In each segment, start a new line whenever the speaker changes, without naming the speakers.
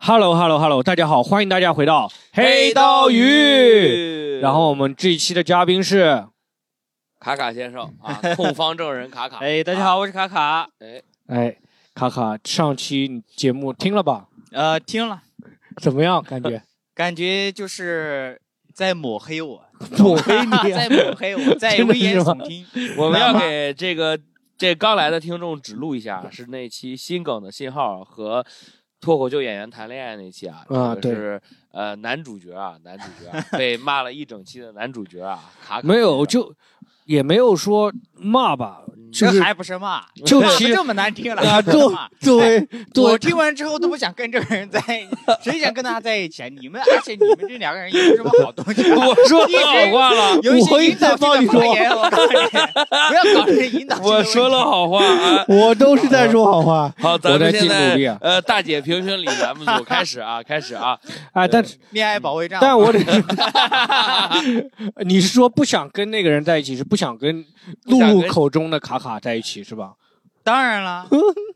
Hello Hello Hello，大家好，欢迎大家回到
黑
刀
刀
鱼。
鱼
然后我们这一期的嘉宾是，
卡卡先 生啊，控方证人卡卡，啊
哎，大家好，我是卡卡。
哎，
哎，卡卡，上期你节目听了吧？
呃，听了，
怎么样？感 觉
感觉就是在抹黑我，
抹黑你啊
在抹黑我，在
真的
危
是
言
吗
耸听。
我们要给这个这刚来的听众指路一下，是那期新梗的信号和脱口秀演员谈恋爱那期啊，
啊
这个是呃男主角啊，男主角 啊被骂了一整期的男主角啊，卡卡。
没有，就也没有说骂吧，就
嗯这
是
还不是骂，
就
骂
其
得
实
这么难听了
啊，
还不是
作
骂
作为作
我
为
听完之后都不想跟这个人在，谁想跟他在一起啊？你们，而且你们这两个人也不是什么好东西。
我说好话了
有一
我
些
一
引
直在
导
帮你
性
说
的发言，我告诉 你，不要搞这些引导性 的
我
问题
说了好话啊！。
我都是在说好 话
好，咱
我在
们现
尽
在
努力啊
呃，大姐评评理栏目组开始啊，开始啊！
哎，但是
恋爱保卫战，
但我 得， 你是说不想跟那个人在一起，是不想跟露露口中的卡卡在一起是吧？
当 然了，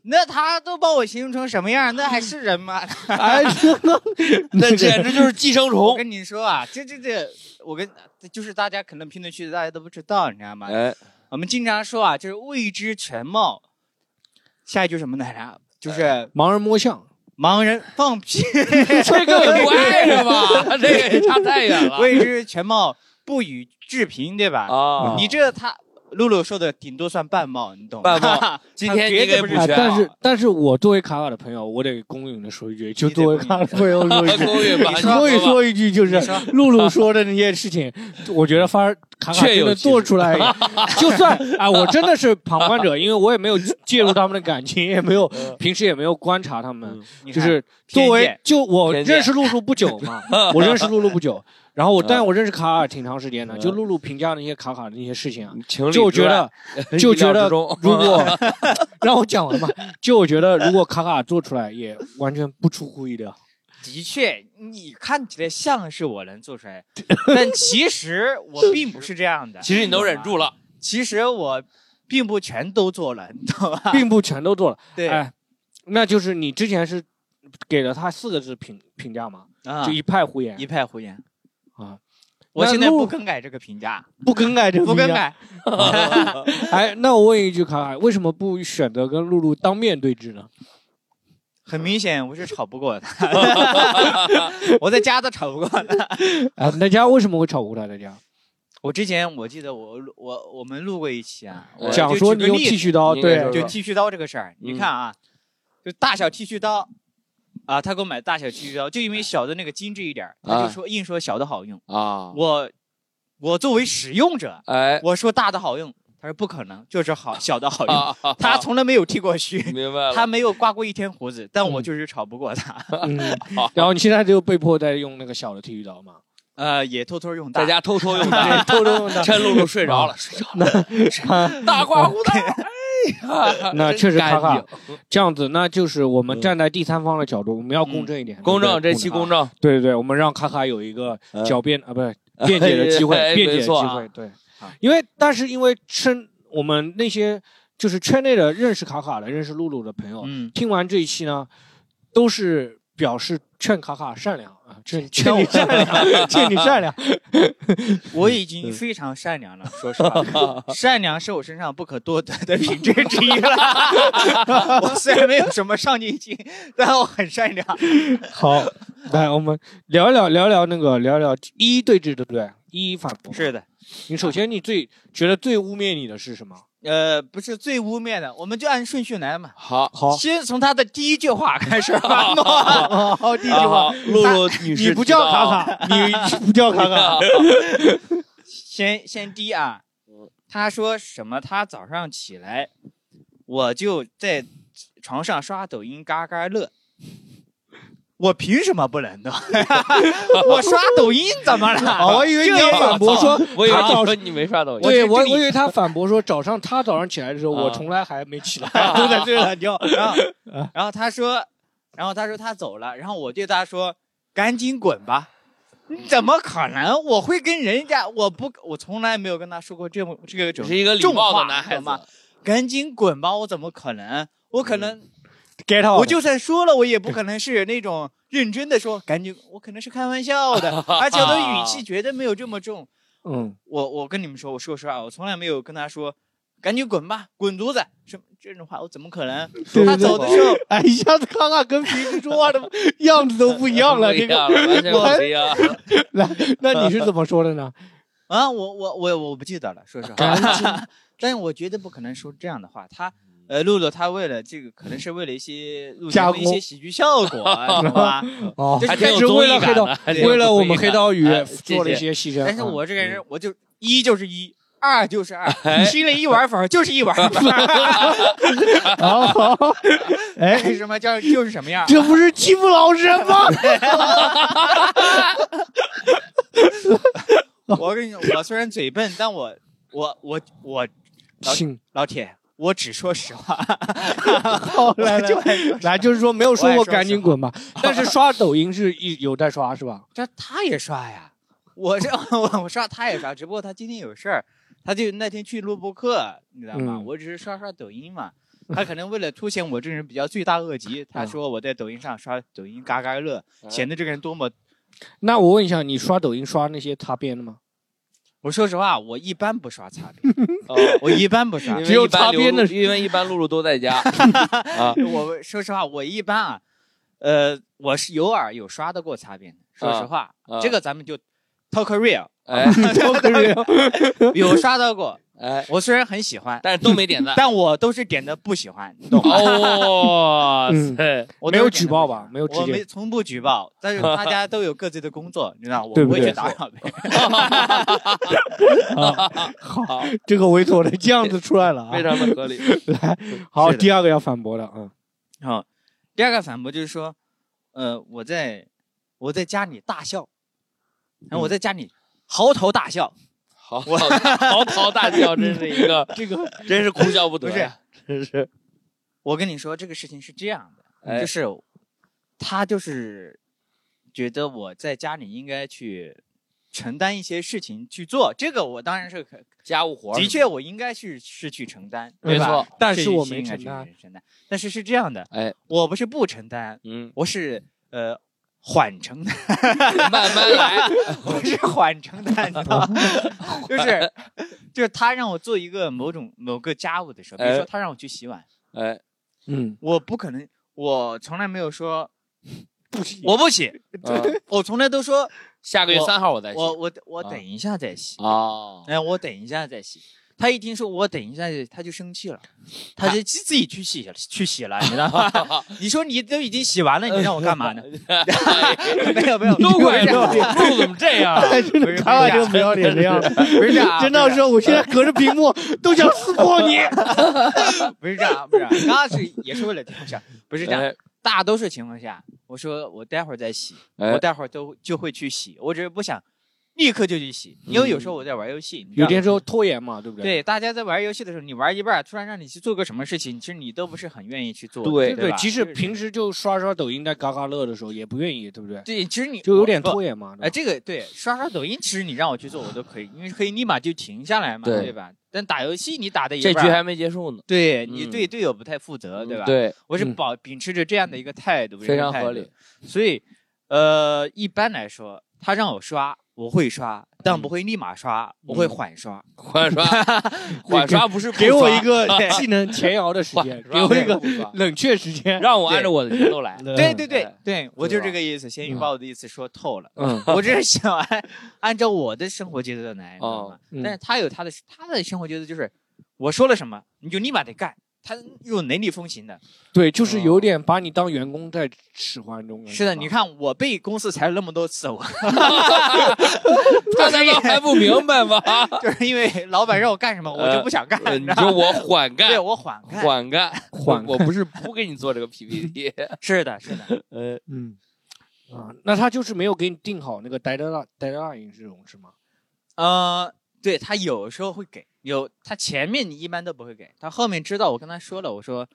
那他都把我形容成什么样，那还是人吗？
哎，
那
那
简直就是寄生
我
虫。
跟你说啊，这这这，我跟就是大家可能评论区的大家都不知道，你知道吗？
哎，
我们经常说啊，就是未知全貌。下一句什么来着？啊
哎
就是
盲人摸象，
盲人放屁，
这个不挨着 吧？这个也差太远了。
未知全貌不予置评，对吧？
啊，
你这他露露说的顶多算半貌，你懂吗？
半貌今天你给补
他
啊，
绝对
全
但
啊
是但是我作为卡卡的朋友，我得公允的说一句，就作为卡卡的朋友说一句，
勾引 吧，
你说
公允说一句就是
你说
露露说的那些事情，我觉得发卡卡
确
真
有
的
其事
做出 来，就算啊，我真的是旁观者，因为我也没有介入他们的感情，也没有
嗯
平时也没有观察他们，
嗯
你
就
看
是
偏
作为
见嗯
就我
偏见
认识露露不久 嘛，我认识露露不久，然后我
嗯
但我认识卡卡挺长时间的，
嗯
就露露评价那些卡卡的那些事情啊，
嗯
情理之外
就觉得 就觉得如 果让我讲完嘛，就我觉得如果卡卡做出来也完全不出乎意 料。
的确，你看起来像是我能做出来，但其实我并不是这样 的。
其实你都忍住
了，
了，
其实我并不全都做了，你懂吧？
并不全都做了。
对，
哎，那就是你之前是给了他四个字评评价嘛，
啊
就一派胡言
一派胡言
啊。
我
那
现在
录
不更改这个评价，
不更改这个
不更
评价。
改。
哎，那我问一句，卡卡，为什么不选择跟露露当面对质呢？
很明显，我是吵不过他， 我在家都吵不过他。
啊，大家为什么会吵不过他？大家
我之前我记得我录我我们录过一期啊，
呃
我
讲
就
说
举
你
个
用
例子
剃须刀，嗯
你
对
说
就剃须刀这个事儿，你看啊，就大小剃须刀啊，他给我买大小剃须刀，就因为小的那个精致一点儿，他
啊
就说硬说小的好用。
啊，
我我作为使用者，
哎
我说大的好用，他说不可能，就是 好小的好用。
啊，啊
他从来没有剃过须，
明白了，
他没有刮过一天胡子，但我
嗯
就是吵不过他，
嗯， 然后你现在就被迫在用那个小的剃须刀嘛，
呃，也偷偷用大
在。家偷偷 用的，
对偷偷用的。 啊
趁露露睡着了，睡着 了， 大刮胡刀，哎呀，
那确实
真
卡
干
卡
净，
这样子，那就是我们
嗯
站在第三方的角度，我们要公正一点。
公
对不
正，
对
这期公正，
啊对对对，我们让卡卡有一个
嗯
狡辩啊，不是辩解的机会，
哎
辩解的
没
机
错啊
会。对
啊，
因为但是因为身我们那些就是圈内的认识卡卡的、认识露露的朋友，
嗯，
听完这一期呢，都是表示劝卡卡善良啊， 劝劝
劝
你
我
善良，劝你善 良。
我已经非常善良了，说实 话，善良是我身上不可多得的品质之一了。 我虽然没有什么上进心，但我很善良。
好，来我们聊一聊聊一聊那个聊一聊一一对峙，对不对？一一反驳。
是的，
你首先你最觉得最污蔑你的是什 么？
呃，不是最污蔑的，我们就按顺序来嘛。
好，
好，
先从他的第一句话开始吧。 好，好第一句
啊
话，
好露露女士，
你不叫卡卡，你不叫卡卡。
先先第一啊，
嗯
他说什么？他早上起来，我就在床上刷抖音，嘎嘎乐。我凭什么不能呢？ 我刷抖音怎么了？
哦，我以为你要反驳 说，
啊我以为
他早
你说你没刷抖音，
对
我
我
是这
我
里
以为他反驳说，早上他早上起来的时候，
啊
我从来还没起来，
啊
都在睡懒 觉。
然后，然后他说，然后他说他走了，然后我对他说，赶紧滚吧。你怎么可能？我会跟人家，我不，我从来没有跟他说过这么这个 种
是一个礼貌的男孩
重话懂
子，
吗
嗯
赶紧滚吧，我怎么可能？我可能
get out，
我就算说了，我也不可能是那种认真的说，感觉我可能是开玩笑 的，而且我的语气绝对没有这么重。
嗯，
我我跟你们说，我说实话，我从来没有跟他说赶紧滚吧，滚犊子什么这种话，我怎么可能？
对
他走的时候，
哎，一下子康纳跟平时说话的样子都不一 样
哎
了。
不一
这个，
样了，哎完全不 一样。
来，那你是怎么说的 呢？
啊，我我我我不记得了， 说实
赶
话。但是我绝对不可能说这样的话。他呃，露露他为了这个，可能是为了一些录
加
像的一
工
些喜剧效果啊，懂 吧？
哦
这，
还挺
开
有
始
综
为
艺
了
感
黑
的
啊
道，
还挺有
为了我们
综艺
黑
感
道语
哎谢
做了一
谢
些牺牲。
但是
嗯
我这个人，我就一就是一，二就是二，
哎
心里一碗粉儿就是一碗粉儿，
好好，哎，
爱什么叫就是什么样。
哦 这不是欺负老人吗？
我跟你说，我虽然嘴笨，但我我我我老
请
老铁，我只说实话，
好 来
我就
来来，就是说没有说
我爱
过
说
赶
实
紧
话
滚吧，但是刷抖音是一有在刷是吧？
这他也刷呀，我这 我我刷他也刷，只不过他今天有事儿，他就那天去录播课，你知道吗？
嗯
我只是刷刷抖音嘛。他可能为了凸显我这人比较罪大恶极，
嗯
他说我在抖音上刷抖音嘎嘎乐，
哎
显得这个人多么……
那我问一下，你刷抖音刷那些擦边的吗？
我说实话，我一般不刷擦边，
哦
我一般不刷
因 为。
只有
一般
擦
刘
边的
露
是
因为一般露露都 在家啊，
我说实话，我一般啊，呃，我是偶尔有刷到过擦边的。说实话，
啊
这个咱们就 talk real，
哎
有刷到过。
哎，
我虽然很喜欢，
但是都没点 赞。
但我都是点的不喜欢，你懂吗？
哦，塞
我
没有
都是点
举
的
报
不喜欢
吧没有直
我
接
没从不举报，但 是大家都有各自的工作，你知道，我
对不
会
对
去打扰别人。
啊，好，这个猥琐的这样子出来了啊
非。常的合理。
来，好，
是的
第二个要反驳的啊，
然后第二个反驳就是说，呃，我在我在家里大笑，然后我在家里嚎啕大笑，
好，嚎啕大笑，真是一个，
这个
真是哭笑不得。
不是，
真是，
我跟你说，这个事情是这样的，
哎
就是他就是觉得我在家里应该去承担一些事情去做，这个我当然是可，
家务活儿
的确我应该是是去承担，
没
对吧
错，
但
这
是
一
我
些
没
应该
承
去
担
承担，但是是这样的，
哎，
我不是不承担，
嗯，
我是呃缓承担，
慢慢来，
我是缓承担，你知道吗？ 就是就是他让我做一个某种某个家务的时候，比如
哎
说他让我去洗碗，
哎，
嗯，
我不可能，我从来没有说。 不洗，我不洗，
啊
我从来都说，
下个月
我
三号我再去。
我我我
啊
等一下再洗，
哦，
哎，我等一下再洗。他一听说我等一下，他就生气了，他就自自己去洗了，去洗了，你知道 吗？你说你都已经洗完了，你让我干嘛呢？哎 没有没有，
都怪
不
露
是
露怎么这
啊
样？
哎真的，
是
卡卡这个不要脸的样子，
不是这样 啊，
真的
不
是，我现在隔着屏 幕都想撕破你。
不是这样啊，不是这样啊，刚刚是也是为了听我讲，不是这样。
哎
大多数情况下，我说我待会儿再洗，
哎
我待会儿都就会去洗，我只是不想立刻就去洗，因为有时候我在玩游戏，你知
有
道吗
些时候拖延嘛，对不对？
对，大家在玩游戏的时候，你玩一半儿，突然让你去做个什么事情，其实你都不是很愿意去做的，
对
对
对
吧
即使
就是
平时就刷刷抖音在嘎嘎乐的时候，也不愿意，对不对？
对，其实你
就有点
不
拖延嘛。对吧
哎，这个对，刷刷抖音，其实你让我去做，我都可以，因为可以立马就停下来嘛，
对
对吧？但打游戏你打的一
这
半
局
儿，
还没结束呢，
对你
嗯
对队友不太负责，对吧？
对，
我是
嗯
保秉持着这样的一个态度，
非常
人生态
合
度
理。。
所以，呃，一般来说，他让我刷，我会刷，但不会立马刷，我会
嗯
缓刷。
缓刷，缓刷不是不
给我
刷
一 个技能前摇的时间，给我一个
不 刷
冷却时间。
让我按照我的节奏 来。
对对对
哎
对，我
对
就
吧
这个意思，咸鱼
嗯
把我的意思说透了。
嗯，
我只是想按按照我的生活节奏来，你知道吗
哦嗯
但是他有他的他的生活节奏，就是我说了什么你就立马得干，他又雷厉风行的。
对，就是有点把你当员工在使唤中。
哦是的，你看我被公司裁了那么多次，我
他难道还不明白吗？
就是因为老板让我干什么，我就不想干，
呃
你
你
知
说
道吗？
我缓
对
干，
我缓干。
缓干，
缓
我我不是不给你做这个 PPT，
是的，是的，
呃，
嗯，啊，那他就是没有给你定好那个 deadline deadline 这种是吗？
呃，对他有时候会给，有他前面你一般都不会给，他后面知道我跟他说了，我说。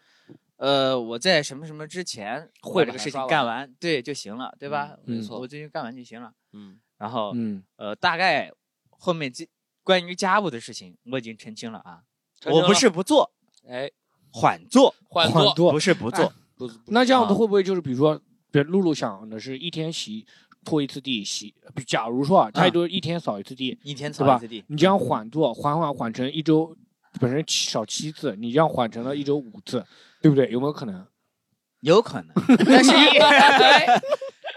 呃，我在什么什么之前
会
把
把
这个
它刷
事情
完
干完，对就行了，对吧？
嗯没
错
我最近干完就行了。
嗯，
然后，
嗯，
呃，大概后面这关于家务的事情我已经澄清了啊，我不，是不做，
哎，
缓做，
换
缓
做，
做
不是不做，哎
不不
那这样子
啊
会不会就是比如说，比如露露想的是一天洗拖一次地洗，比假如说啊，他
嗯
就是一天扫一次地，
一天
对
扫
吧
一次地，
你这样缓做，缓缓缓成一周，本身七少七次，你这样缓成了一周五次，对不对？有没有可能？
有可 能，但是一
哎
对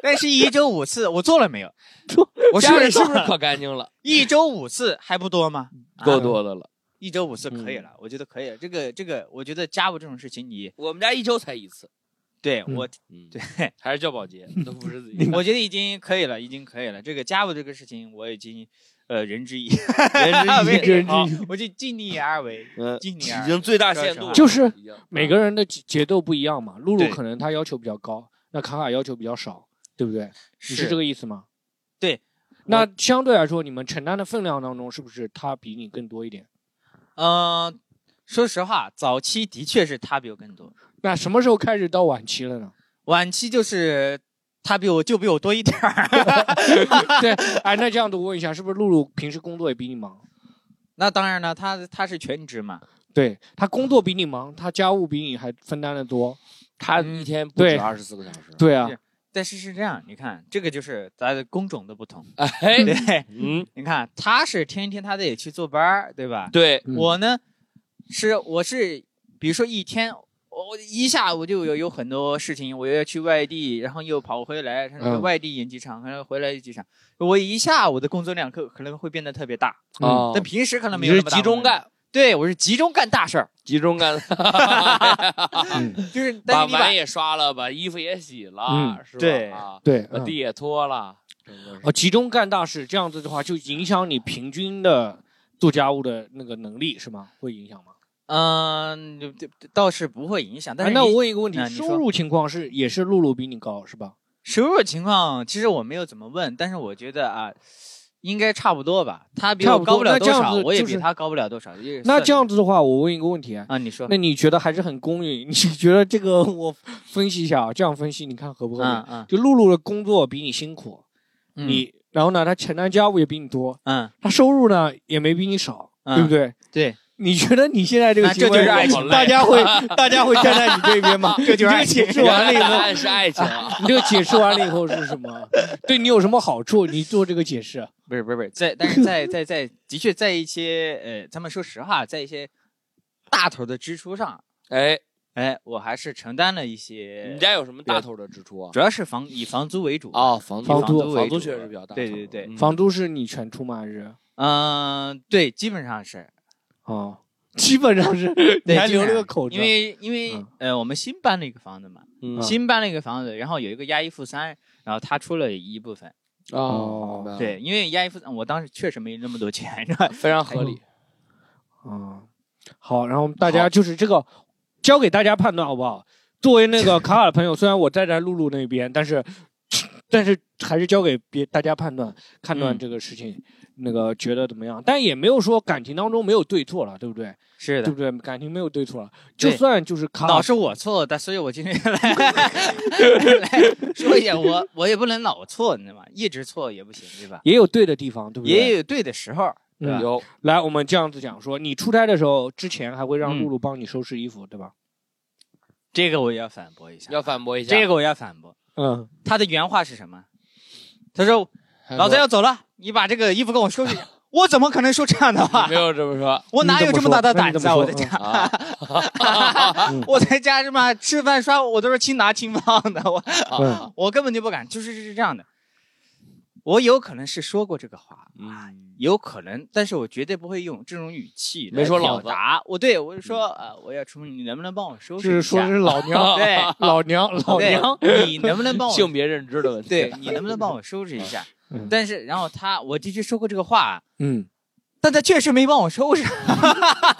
但是一周五次，我 做了没有？我
家里
是
是不
做
是
了
可干净了？嗯
一周五次还不多吗？啊
够多的了。
一周五次可以
嗯
了，我觉得可以了。这个这个，我觉得家务这种事情你，
我们家一周才一次，
对
嗯
我
嗯，
对，。
还是叫保洁，都不是自己
我觉得已经可以了，已经可以了。这个家务这个事情，我已经呃仁 至义，
人之一面，
没
人
好
之一，
我就尽力 而为，
呃
嗯，
尽力而
已
为。
经最大限度了，
就是
已经
每个人的节节奏不一样嘛。露露
啊对
可能她要求比较高，那卡卡要求比较少，对不对？你是这个意思吗？
对。
那相对来说，你们承担的分量当中，是不是他比你更多一点？
嗯、说实话，早期的确是他比我更多，
那什么时候开始到晚期了呢？
晚期就是他比我就比我多一点儿。
对，哎，那这样子我问一下，是不是露露平时工作也比你忙？
那当然了，他他是全职嘛，
对她工作比你忙，她家务比你还分担的多。
他
嗯
一天不
对
止二十四个小时。
对啊
是，但是是这样，你看这个就是咱的工种的不同。
哎，
对，
嗯，
你看他是天天他得去坐班儿，对吧？
对，
嗯
我呢，是我是，比如说一天，我我一下我就有有很多事情，我要去外地，然后又跑回来，然后
嗯
外地演几场，然后回来演几场，我一下我的工作量可可能会变得特别大，
嗯哦
啊
但，平时可能没
你
有那
是
么大
集中
工作量，
干，
对我是集中干大事儿，
集中干，
啊
嗯，
就是但
把
是你把
碗也刷了，把衣服也洗了
嗯，
是吧？
对
啊，
对，
把
嗯
地也拖了，整个是
哦，集中干大事，这样子的话就影响你平均的做家务的那个能力是吗？会影响吗？
嗯、就就倒是不会影响，但
哎，
是
那
你
我问一个问题
啊，你说
收入情况是也是露露比你高是吧？
收入情况其实我没有怎么问，但是我觉得啊。应该差不多吧，他比
差
我
不多
高不了
那
多
这样
少，
子
我也
就
比
是
他高不了多少。也
那
算
这样子的话，我问一个问题啊，
啊，你说，
那你觉得还是很公允？ 你觉得这个我分析一下啊，这样分析你看合不合理？
嗯嗯
就露露的工作比你辛苦，
嗯，
你然后呢，她承担家务也比你多，
嗯，
她收入呢也没比你少，
嗯
对不对？
对，
你觉得你现在这个
那
行
这
为，
就是爱情
大家 会大家会站在你这边吗？
这就是爱
你这
情
个解释完了以
答
后，
案是爱情 啊，
你这个解释完了以后是什么？对你有什么好处？你做这个解释，
不是不是不是，在但是在在在的确在一些呃，咱们说实话，在一些大头的支出上，
哎，
哎，我还是承担了一
你
些
们，家有什么大头的支出啊？
主要是房以房租为主。
哦，房
房租
租，
为
房
主
确实比较大头。
对对对
嗯
房租是你全出吗？还是
嗯、对，基本上是，
哦，基本上是，你
对，
还
基
留
本
了个
上
口子，
因为因为、
嗯
呃，我们新搬了一个房子嘛，
嗯
新搬了一个房子，然后有一个押一付三，然后他出了一部分，
哦
明白了
对，因为押一付三，我当时确实没那么多钱，然 后
非常合理。
嗯，好，然后大家就是这个，交给大家判断好不好？作为那个 卡卡的朋友，虽然我站在露露那边，但是但是还是交给别大家判断，判断
嗯
这个事情、那个觉得怎么样。但也没有说感情当中没有对错了，对不对？
是
对
的，
不对？感情没有对错了，就
对
算就是卡
老
卡
是我错，但所以我今天来来说一下，我我也不能老错，你知道吗？一直错也不行，对吧？
也有对的地方，对不对？嗯
也有对的时候，对吧？
有
来，我们这样子讲说，你出差的时候之前还会让
嗯
露露帮你收拾衣服，对吧？
这个我要反驳一下，
要反驳一下，
这个我要反驳。
嗯，
他的原话是什么？他说：“老子要走了，你把这个衣服给我收拾一下。”我怎么可能说这样的话
没？有这 么说
我哪有这么大的胆子啊！我在
你怎
家，
啊
嗯
我在家是吧？吃饭刷我都是轻拿轻放的，我
嗯
啊！
我根本就不敢。就是是这样的，我有可能是说过这个话，
嗯
有可能，但是我绝对不会用这种语气来
没说老
表
子
达。我对我就说，呃，我要出门，你能不能帮我收
就
拾一
嗯是说
下？
是老 娘，
对
老娘，老娘。
对，你能不能帮 我？
性别认知的问题。
哦
对，你能不能帮我收拾一下
嗯？
但是，然后他，我的确说过这个话，啊
嗯，
但他确实没帮我收拾，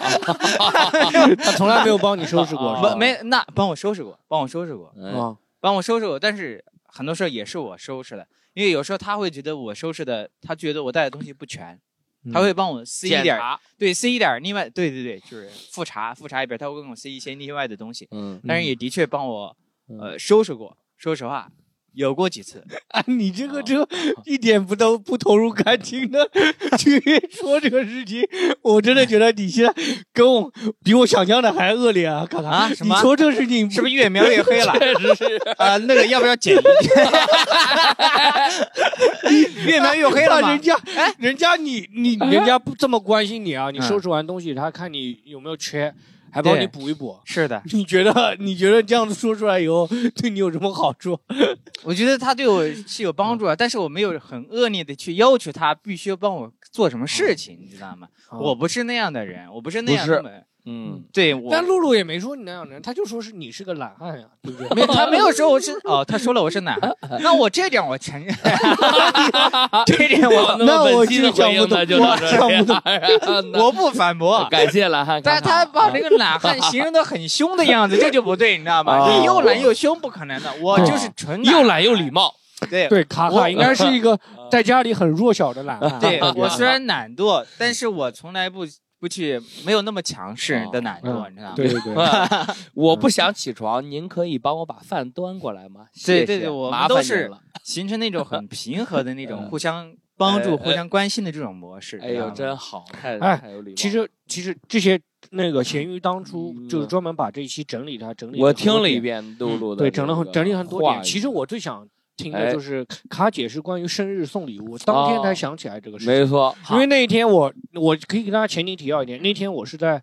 他从来没有帮你收拾过，是吧
不没那帮我收拾过，帮我收拾过，
嗯，
啊，
帮我收拾过。但是很多时候也是我收拾的，因为有时候他会觉得我收拾的，他觉得我带的东西不全，
嗯
他会帮我塞一
检
点儿，
查，
对，塞一点儿。另外，对对对，就是复查复查一遍，他会跟我塞一些另外的东西。
嗯
但是也的确帮我
嗯
呃收拾过。说实话，有过几次，
啊，你这个这一点不都不投入感情的 去说这个事情，我真的觉得你现在跟我比我想象的还恶劣啊！卡卡，
啊什
你
么
说这个事情
是不是越描越黑了？
确实是，
啊，那个要不要剪 一？越描越黑了
那
吗哎
人？家，人家你你人家不这么关心你啊！你
嗯
收拾完东西，他看你有没有缺，还帮
对
你补一补。
是的，
你觉得你觉得这样子说出来以后，对你有什么好处？
我觉得他对我是有帮助啊，但是我没有很恶劣的去要求他必须帮我做什么事情，你知道吗？
嗯
我不是那样的人，我不是那样
不是
的人。
嗯，
对我
但露露也没说你那样的人，他就说是你是个懒汉呀，对不对？
没有，他没有说我是哦，他说了我是男孩，那我这点我承认，这点我
那
么
我
本期的
就
回
想不
应
懂
那就到
我
这
想不
里
懂。
啊。那
我不反 驳。
感谢了哈，
但是
看
他
看
把这个懒汉形容的很凶的样子，这就不对，你知道吗？
哦
你又懒又凶不可能的，我就是纯懒
又懒又礼貌，
对
对，卡卡
我
应该是一个在家里很弱小的懒
啊
汉。，
对
啊
我虽然懒惰，但是我从来不不去，没有那么强
啊
势的懒惰，
嗯
你知道吗？
对对对，
我不想起床，您可以帮我把饭端过来吗？谢谢
对对对我们
麻烦
都
您
是
了。
形成那种很平和的那种
嗯
互相帮助、
呃
互相关心的这种模式。
哎
知道
呦，
吗
真好，太
哎
太有礼貌了。
其实其实这些那个咸鱼当初
嗯
就是专门把这一期整理它整理，
我听了一，遍露露的
嗯对，
这个话语，哎
整了很整理很多点。其实我最想听的就是卡姐是关于生日送礼物，当天才想起来这个事情。
哦没错，
因为那一天我我可以跟大家前情提要一点，那天我是在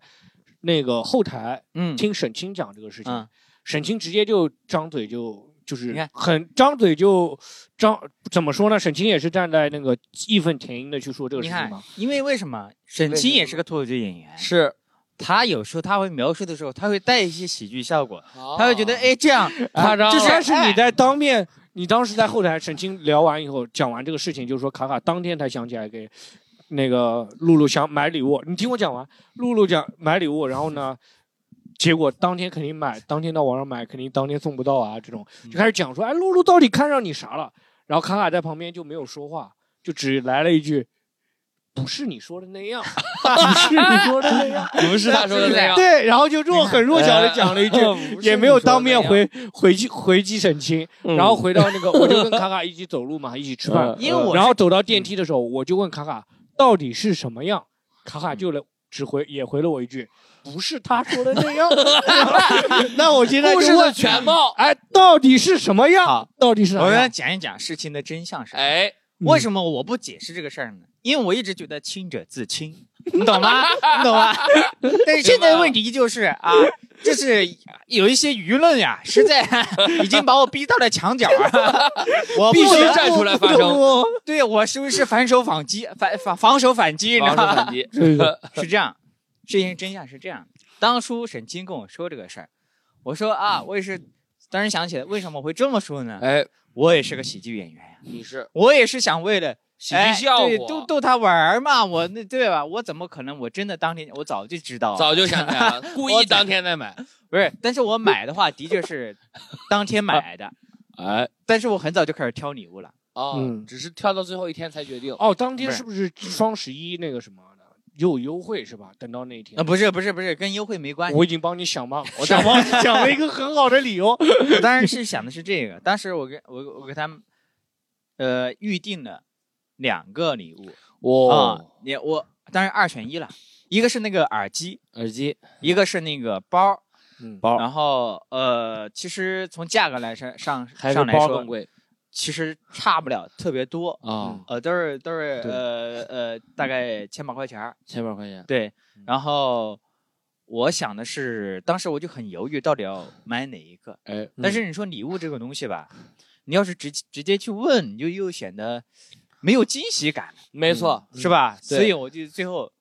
那个后台
嗯，
听沈清讲这个事情，
嗯
沈清直接就张嘴就就是
你看
很张嘴就张怎么说呢？沈清也是站在那个义愤填膺的去说这个
你
事情
看
嘛，，
因为为什么沈
为
清
什
也
么
是个脱口秀演
哎
员，
是
他有时候他会描述的时候，他会带一些喜剧效果，
他
他会觉得哎这样
哦夸张
就
了，
是但是
哎
你在当面，你当时在后台，沈清聊完以后讲完这个事情，就是说卡卡当天才想起来给那个露露想买礼物。你听我讲完，露露讲买礼物，然后呢，结果当天肯定买，当天到网上买，肯定当天送不到啊，这种
嗯
就开始讲说，哎，露露到底看上你啥了？然后卡卡在旁边就没有说话，就只来了一句。不是你说的那 样，不是你说的那样，
不是他说的那样，嗯
对，然后就弱很弱小的讲了 一句，
句
也没有当面，回回击回击沈清，
嗯
然后回到那个，我就跟卡卡一起走路嘛，一起吃饭
嗯，
因为我
然后走到电梯的时候，我就问卡卡到底是什么样，卡
嗯
卡就来只回也回了我一句，不是他说的那 样。那我现在
故事
就
的
问，
全貌。
哎，到底是什么样？到底是
我
啥
要
样？嗯
讲一讲事情的真相是什么。
哎，
为什么我不解释这个事儿呢？因为我一直觉得清者自清，你懂吗？你懂吗？但是现在问题就是啊，就是有一些舆论呀，实在已经把我逼到了墙角啊！我
必
不
须
得
站出来发
不得
声，
不
对我是不是反手反击？反反防守反击？你
防
知
守
道吗？
反击。
对对
是这样，事情真相是这样。当初沈清跟我说这个事儿，我说啊，我也是，当时想起来为什么会这么说呢？
哎，
我也是个喜剧演员呀，
你是
我也是想为了。
喜剧效
哎、对逗
果，
逗他玩儿嘛，我那对吧？我怎么可能？我真的当天我早就知道，
早就想起来 了，故意当天再买。
不是，但是我买的话的确是当天买的，
哎，
但是我很早就开始挑礼物了。
哦
嗯，
只是跳到最后一天才决定。
哦，当天是不是双十一那个什么的有优惠是吧？等到那一天
啊，，不是不是不是，跟优惠没
呃
关系。
我已经帮你想帮，
我
想帮你想了一个很好的理由。
我当然 是想的是这个，当时我跟我我给他们，呃，预定了两个礼物啊
哇，，
也、我当然二选一了，一个是那个耳机，
耳机
一个是那个包儿，
嗯
包
然后呃，其实从价格来上上
还是
上来
包更
说，
贵
其实差不了特别多。
嗯
啊，
呃，都是都是
对
呃呃，大概千把块钱儿。
千百块钱。
对
嗯，
然后我想的是，当时我就很犹豫，到底要买哪一个。
哎，
但
嗯
是你说礼物这个东西吧，你要是直直接去问，你就又显得没有惊喜感，
没错，
是吧？
对
所以我就最后，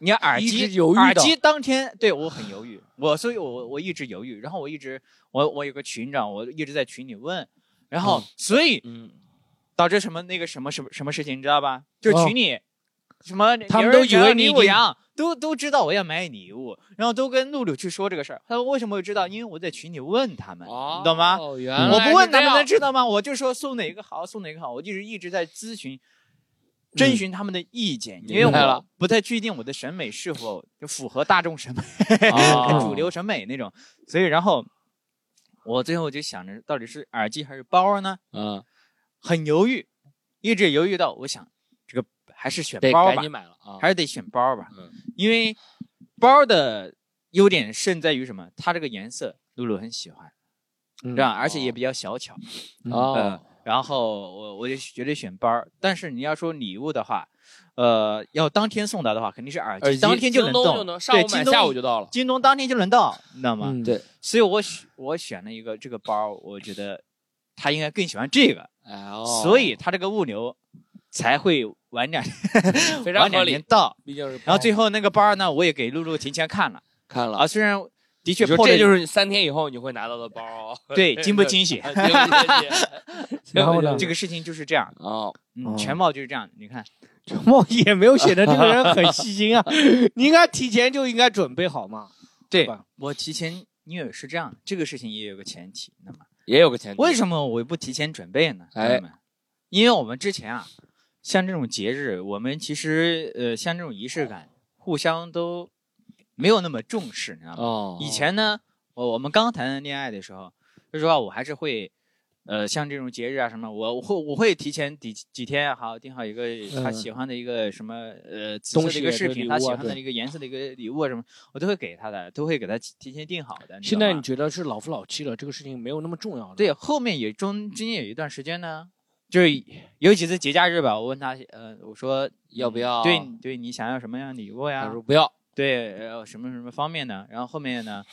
你看耳
嗯一
机
直犹豫到
耳机当天对我很犹豫，我所以我，我我一直犹豫，然后我一直我我有个群长，我一直在群里问，然后、所以
嗯，
导致什么那个什么什么什么事情，你知道吧？就是
哦
群里、什么
他们都以为你
你
已
我
经
阳，都都知道我要买礼物，然后都跟露露去说这个事儿。他说为什么会知道？因为我在群里问他们，
哦
你懂吗？？
原来
我不问他们能
是
知道吗？我就说送哪个好，送哪个好，我就是一直在咨询。征询他们的意见，
嗯
因为
明白了
我不太确定我的审美是否就符合大众审美、
这样
主流审美那种，所以然后我最后就想着到底是耳机还是包呢？
嗯，
很犹豫，一直犹豫到我想这个还是选
得
包
赶
吧
紧，买了啊。
还是得选包吧，
嗯
因为包的优点胜在于什么？它这个颜色露露很喜欢，
嗯
这样而且也
哦
比较小巧。
哦
呃，然后我我就绝对选包儿，但是你要说礼物的话，呃，要当天送达的话，肯定是耳
耳机
当天就
京
能
东
到，
就能上
对
午买
京东
下午就到了。
京东当天就能到，你知道吗？
嗯
对
所以我选我选了一个这个包儿，我觉得他应该更喜欢这个，
哎哦，
所以他这个物流才会晚点
非常
晚
合
两年
理，哎
到。
毕竟是包。
然后最后那个包儿呢，我也给露露提前看了
看了
啊，，虽然的确
嗯你说
破
这
了，
就是三天以后你会拿到的包 哦。？
对惊不惊喜
惊不惊喜？
然后呢
这个事情就是这样，
哦，
哦
嗯，全貌就是这样。你看，
莫也没有显得这个人很细心啊，你应该提前就应该准备好嘛。
对
吧
我提前，因为是这样，这个事情也有个前提，那么
也有个前提。
为什么我不提前准备呢？
嗯哎
朋友们，因为我们之前啊，像这种节日，我们其实呃，像这种仪式感，互相都没有那么重视，你知道吗？
哦，
以前呢，我我们刚谈恋爱的时候，说实话，我还是会。呃，像这种节日啊什么，我我会我会提前几几天好定好一个他
嗯
喜欢的一个什么呃紫
东
色的一
西
个
对
饰品，
礼
他
物
喜
啊
欢的
对
一个颜色的一个礼物啊什么，我都会给他的，都会给他提前定好的。你知
现
道
在
吗
你觉得是老夫老妻了，这个事情没有那么重要了。
对，后面也中间有一段时间呢，就是有几次节假日吧，我问他，呃，我说
要不
哦
要
对对，你想要什么样的礼物
他
呀
说？不要，
对，呃，什么什么方面呢？然后后面呢，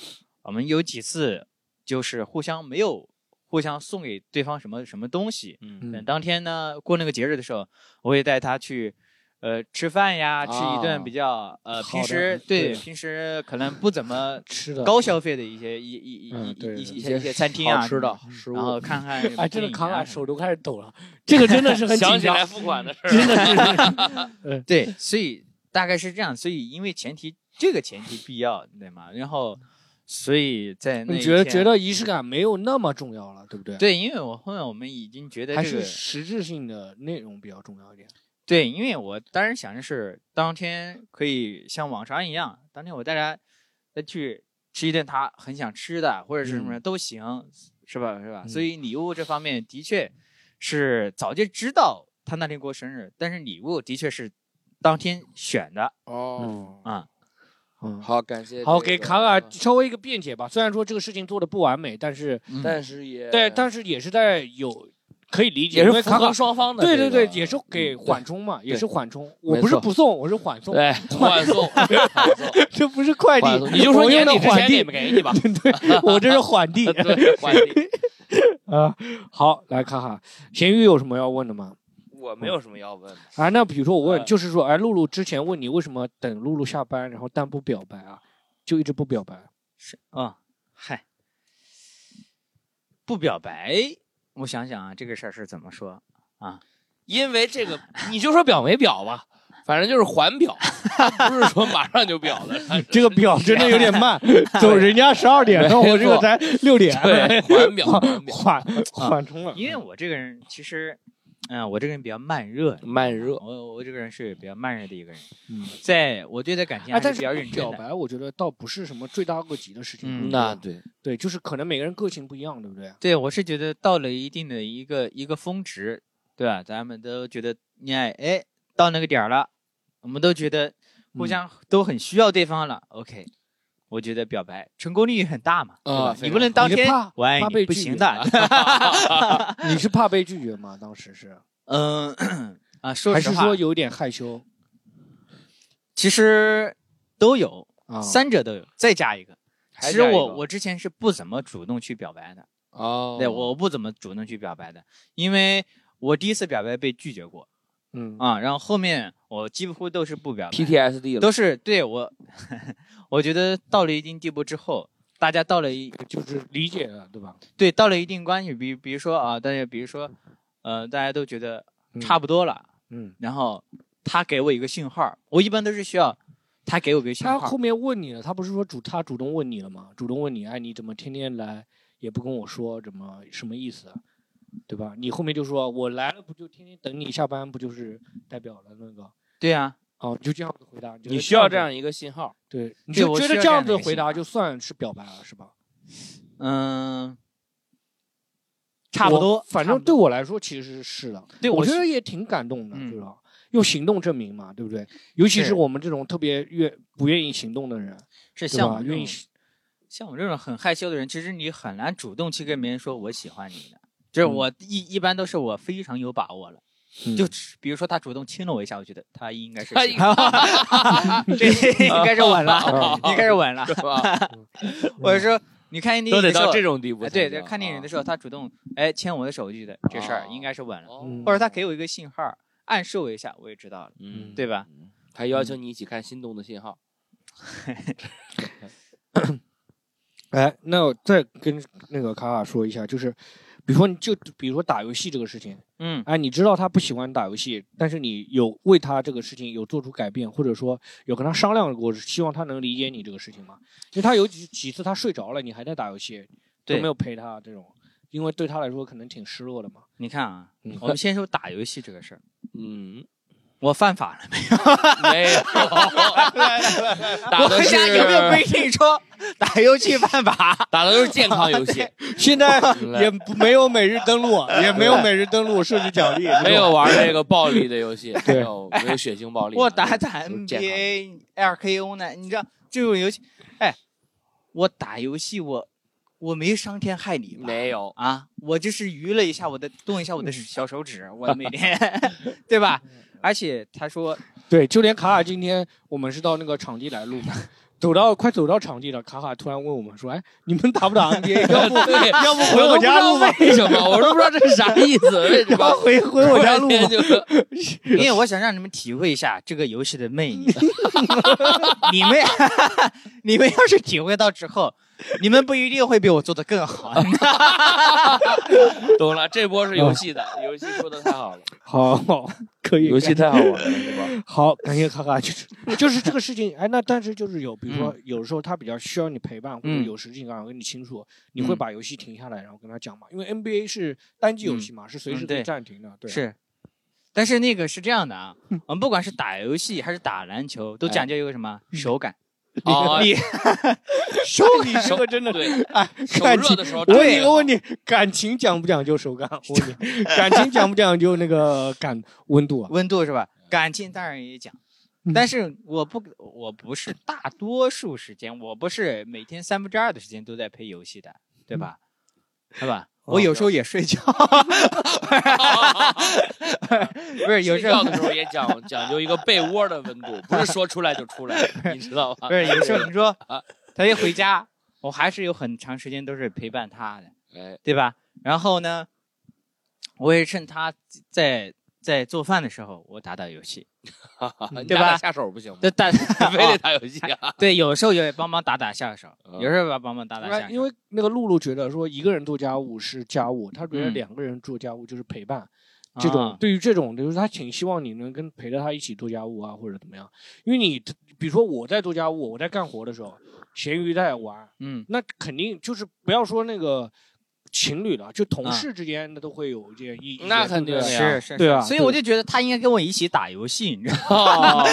我们有几次就是互相没有互相送给对方什么什么东西。
嗯
等
嗯，
当天呢，过那个节日的时候，我会带他去。呃，吃饭呀，吃一
啊
顿比较呃，平
好的
时对
对
平时可能不 怎么
吃的
高消费的一些一一一
嗯
一
对
一
对
一些一些餐厅啊
好吃
什么
的食
然
物
后，看看
哎，真
电
的
影
卡
啊
卡
什么
手都开始抖了，这个真的是很紧
嗯想起来
张，
付款的事
真
儿。
的是。
对，所以大概是这样，所以因为前提这个前提必要，对吗？然后，所以在那
你
一
觉得觉
天
得仪式感没有那么重要了，对不对？
对，因为我后面我们已经觉得
还
这
是
个
实质性的内容比较重要一点。
对，因为我当时想的是当天可以像往常一样，当天我带他再去吃一顿他很想吃的或者是什
嗯
么都行，是吧？是吧？所以礼物这方面的确是早就知道他那天过生日，但是礼物的确是当天选的。
哦
嗯啊
嗯，
好，感谢。嗯
好，给卡卡稍微一个辩解吧。虽然说这个事情做的不完美，但是
但嗯是也
对，但是也是在有可以理解，
也是
因为
符
卡卡
合双方的这
对
个。
对对，也是给
嗯
缓冲嘛，也
对
是缓冲。我
没
不是
错
不送，我是缓送，
对 缓送，缓送，
这不是快递
缓，送。你就说
我用
年
的
底之
缓
前
递
给，给你吧。
对我这是缓 递
对，缓递。
啊。好，来卡卡，咸鱼有什么要问的吗？
我没有什么要问的。
啊，那比如说我问，
呃
就是说，哎，露露之前问你为什么等露露下班，然后但不表白啊，就一直不表白。
是啊，嗨，不表白，我想想啊，这个事儿是怎么说？
因为这个， 你就说表没表吧，反正就是缓表，不是说马上就表 的。它是
这个表真的有点慢，走人家十二点，
没
然后我这个
错
才六点，
哎
对缓 表，缓 表 啊
缓缓冲了。
因为我这个人其实，嗯、我这个人比较慢热，
慢热。
我我这个人是比较慢热的一个人，
嗯
在我对待感情
啊，
还
但
比
是
较认真
表
的。
白，我觉得倒不是什么罪大恶极的事情。
嗯
那对，
对，就是可能每个人个性不一样，对不 对？
对，我是觉得到了一定的一个一个峰值，对吧？咱们都觉得恋爱，哎，到那个点儿了，我们都觉得互
嗯
相都很需要对方了。OK，我觉得表白成功率很大嘛，对
啊
吧？
非
你
常
不能
好
当
你
天
怕
我爱
怕
你
被
不
拒
行
绝啊
的，
你是怕被拒绝吗？当时是，
嗯啊，说
还
实
是
话，
说有点害羞
其实都有，
啊？
三者都有，再加一个。
还
其实
加一
我
个
我之前是不怎么主动去表白的，
哦，
对，我不怎么主动去表白的，因为我第一次表白被拒绝过
嗯
啊，然后后面我几乎都是不表白，
PTSD 了，
都是对我， 我觉得到了一定地步之后，大家到了一
就是理解了，对吧？
对到了一定关系，比比如说啊，大家比如说，呃，大家都觉得差不多了，
嗯，
然后他给我一个信号，我一般都是需要他给我个信
他
号
后，面问你了，他不是说主他主动问你了吗？主动问你，哎，你怎么天天来也不跟我说，怎么什么意思啊？对吧？你后面就说我来了，不就天天等你下班，不就是代表了那个？
对啊，
哦，你就这样子回答。觉得
你需要这
这样
样一个信 号，
对，你
对
就
我
觉
需
得这
要这
样
样的
子
一
回
个信
答
号
就算是表白了，是吧？
嗯，差不多
我反正对我来说其实是的，
对
我
我
觉
是
得也挺感动的，
嗯
对吧？用行动证明嘛，对不对？尤其
是
是我们这种特别愿不愿意行动的人，
是
对
像
吧
我？这
愿意
种像我这种很害羞的人，其实你很难主动去跟别人说我喜欢你的。就是
嗯
我一一般都是我非常有把握了，
嗯
就只比如说他主动亲了我一下，我觉得他应该是
他
喜欢我这应该是稳了，
啊
应该是 稳了。
是吧？
我说你看电
都
影
得
的时候
到，这种地步
哎
才
对
行。
对，看电影的
时
时候他主动哎牵我的手，我就觉得这事儿应该是稳了，
候
嗯
哦或者他给我一个信号，暗示我一下，我也知道了，
嗯，
对吧？
还邀请你一起看《心动的信号
哎，那我再跟那个卡卡说一下，就是，比如说你就比如说打游戏这个事情，
嗯，
哎，你知道他不喜欢打游戏，但是你有为他这个事情有做出改变，或者说有跟他商量过，希望他能理解你这个事情吗？因为他有几几次他睡着了，你还在打游戏，都
对
没有陪他这种，因为对他来说可能挺失落的嘛。
你看啊
嗯，
我们先说打游戏这个事儿，》。
嗯，
我犯法了没？
没 有，打
我
的
们
是
家有没有规定说打游戏 犯法？
打的都是健康游 戏，
现在也不没有每日登录，也没有每日登录设置奖励，
没有玩那个暴力的游 戏，
对
没有没有血腥暴力。
我打打
都是健康的
NBA、LKO 呢？你知道这种游戏，哎，我打游戏我我没伤天害理吧？
没有，
啊，我就是娱乐一下我的，动一下我的小手指，我每 天对吧？而且他说
对，就连卡卡今天我们是到那个场地来录的， 走到快走到场地了，卡卡突然问我们说：“哎，你们打不 打 NBA？要不
对，
要不回我家录吧？
为什么？我都不知道这是啥意思，为什
要
么
不？回回我家录 吧
就是
因为我想让你们体会一下这个游戏的魅 力。你们 你们要是体会到之后，你们不一定会比我做的更好。
懂了，这波是游戏的，游戏说的太好了，？”
好，嗯可以，
游戏太好玩了，是吧？
好，感谢卡卡，就是就是这个事情，哎，那但是就是有，比如
嗯
说有时候他比较需要你陪伴，或者
嗯
有事情刚好跟你倾诉，你
嗯
会把游戏停下来，然后跟他讲嘛，因为 NBA 是单机游戏嘛，是随时
嗯
可以
对
暂停的，对，
是，但是那个是这样的啊，我们不管是打游戏还是打篮球，都
哎
讲究一个什么手感。
啊，
你
手你这个真的。
对，手
看
热
起
的时候，
我问你一个问， 题：感情讲不讲究手感？我问你，感情讲不讲究那个感温度啊？
温度是吧？感情当然也讲
嗯，
但是我不我不是大多数时间，我不是每天三分之二的时间都在陪游戏的，对吧？对吧？
哦
嗯 我有时候也睡觉， 不是有
睡
时
觉
候
的时候也讲讲究一个被窝的温度，不是说出来就 出来，你知道吧？
不是有时 候你说他一回家，我还是有很长时间都是陪伴他的，
哎，
对吧？然后呢，我也趁他在在做饭的时候，我打打游戏，
嗯
你
对
打打
吧
下手不行吗？
对打
非
哦
得打游戏 啊？
对，有时候也帮忙打打下手，
嗯
有时候也帮忙打打下手，
因为那个露露觉得说一个人做家务是家务，她觉得
嗯
两个人做家务就是陪伴。这种
啊
对于这种，就是她挺希望你能跟陪着她一起做家务啊，或者怎么样。因为你比如说我在做家务，我在干活的时候，咸鱼在玩，
嗯，
那肯定就是不要说那个情侣了，就同事之间那都会有一些意见。
那肯定
对啊不对
的呀
是是，
对吧
所以我就觉得他应该跟我一起打游戏，你知道吗？
哦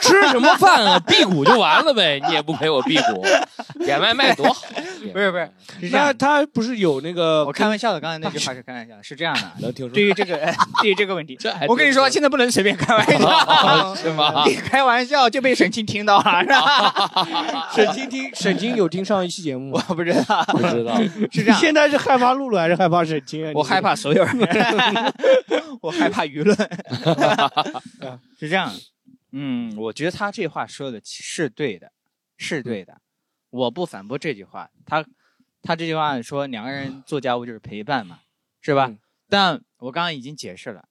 吃什么饭啊？辟谷就完了呗，你也不陪我辟谷， 点外卖多好。
不是不是，是这
那
样的。
他不是有那个
我开玩笑的，刚才那句话是开玩笑的，是这样的。
能听说
对于这个， 哎对于这个问题，
这还
我跟你说，现在不能随便开玩笑，
是吗
你？开玩笑就被沈清听到了，是吧？
沈清听沈清有听上一期节目
我
吗？
不知道，
不知道，
是这样
你。现在是害怕露露还是害怕沈清啊？
我害
怕
怕所有人，我害怕舆论，是这样。嗯，我觉得他这话说的是对的，是对的，我不反驳这句话。他他这句话说两个人做家务就是陪伴嘛，是吧？
嗯
但我刚刚已经解释了，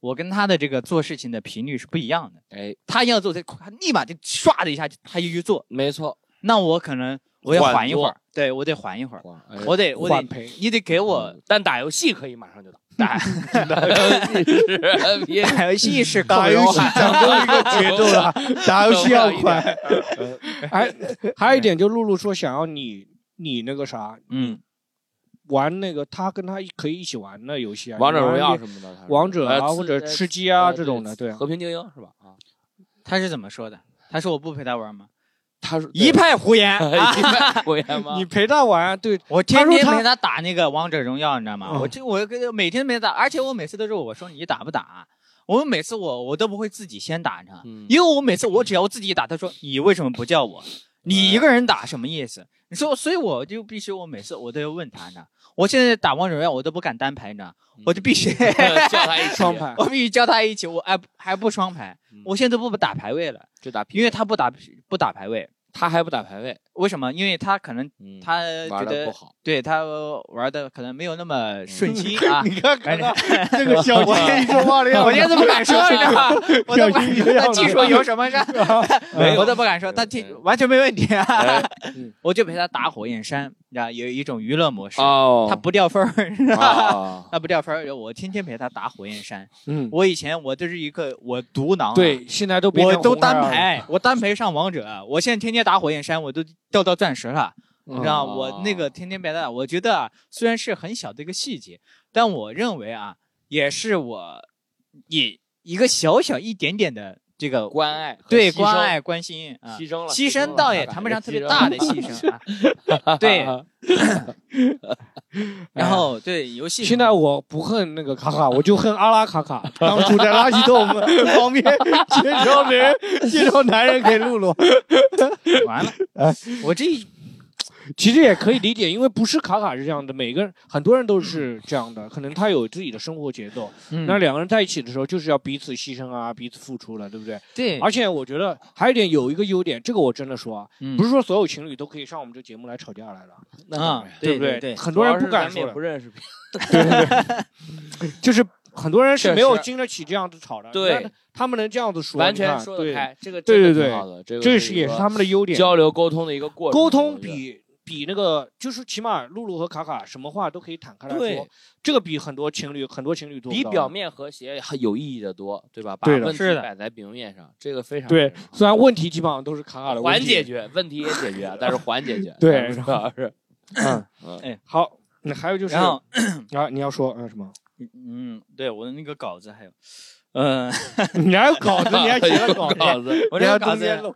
我跟他的这个做事情的频率是不一样的。
哎，
他要做，他立马就唰的一下就他就去做，
没错，
那我可能我要
缓
缓一会
做呃
儿，对我得缓一会儿，
哇
我得我
缓
得
陪。
你得给我，
但打游戏可以马上就打，
打
打游戏 是 NBA
打游戏是
打
搞
游
游
戏
戏，
讲究一个节奏 了，打游戏要快。 还还有一点，就露露说想要你你那个啥
嗯，
玩那个，他跟他一可以一起玩的游戏啊，
王者荣耀
你玩
什么的，
王者啊
呃
或者
刺
吃鸡啊
呃
这种的，对啊，
和平精英是吧？啊，
他是怎么说的？他说我不陪他玩吗？
他说。
一派胡言
一派胡言吗？
你陪他玩，对，
我天天
他说他
陪他打那个王者荣耀，你知道吗？
嗯
我这我跟他每天陪他打，而且我每次都是我说你打不打，我每次我我都不会自己先打，你知道吗？
嗯
因为我每次我只要自己打，他说你为什么不叫我？你一个人打什么意思？你说，所以我就必须我每次我都要问他呢。我现在打王者荣耀，我都不敢单排呢，我就必 须
叫他一起
双，排，
我必须叫他一起，我哎还不双排
嗯，
我现在都不打排位了，
就打
因为他不打不打排位，
他还不打排位，
为什么？因为他可能
嗯
他觉
玩的不
得
好，嗯
对他玩的可能没有那么顺心 啊。
你看
反
看
正
看这个小杰一说话的样
我
子
现，在都不敢说，你知道吗？我都不敢说他技术有什么事儿，
没有
我都不敢说，他技完全没问题
哎
啊。我就陪他打火焰山，你知道有一种娱乐模式，
嗯哦，
他不掉分儿，你知道吗
哦，
他不掉分儿，我天天陪他打火焰山。
嗯，
我以前我就是一个我独狼啊，
对，现在都变
我
成
都
红牌啊
单
了，
排，我单排上王者，我现在天天打火焰山，我都掉到钻石了。你
嗯
知道我那个天天白的，我觉得啊，虽然是很小的一个细节，但我认为啊，也是我以一个小小一点点的这个
关爱 和
对
牺牲
关爱关心啊，
牺牲了，
牺牲
了
倒也
他
谈
感
不
觉
上特别
牺牲
大
了
的牺牲 啊。对，
哎
然后对游戏
现在我不恨那个卡 卡，我就恨阿拉卡 卡。当初在垃圾桶 旁边介绍别人、介绍男人给露露，
完了
哎，
我这一
其实也可以理解，因为不是卡卡是这样的，每个人很多人都是这样 的，可能他有自己的生活节奏。
嗯
那两个人在一起的时候，就是要彼此牺牲啊，彼此付出了，对不对？
对，
而且我觉得还有一点有一个优点，这个我真的说啊，
嗯
不是说所有情侣都可以上我们这节目来吵架来了，
啊，
对
对
不
对，
很多人
主要
不
是
敢
咱们
说
也
的
不，认识别人，
就是很多人
确
是
实
没有经得起这样子吵的。
对
那他们能这样子说，
完
你
全
看
说
对
得开，这个
对
真的
对
挺
对
好的，这个
这
是
是
一
也
个
是他们的优点。
交流沟通的一个过程，
沟通
我觉得
比比那个就是起码露露和卡卡什么话都可以坦开来
对
说，这个比很多情侣很多情侣做不
比
到
表面和谐很有意义的多，对吧？把
对的
问题
是的
摆在明面上，这个非常
对
非常，好
虽然问题基本上都是卡卡的问
缓
题
解决问题也解决，啊但是缓解决，
对
咱们主要是
嗯
嗯
哎
好，那还有就是
然后
啊，你要说嗯什么？
嗯，对，我的那个稿子还有，嗯、
你还有 稿子，你还写了稿子，
稿子，
我
你
这
还
个
中
稿
间
子
漏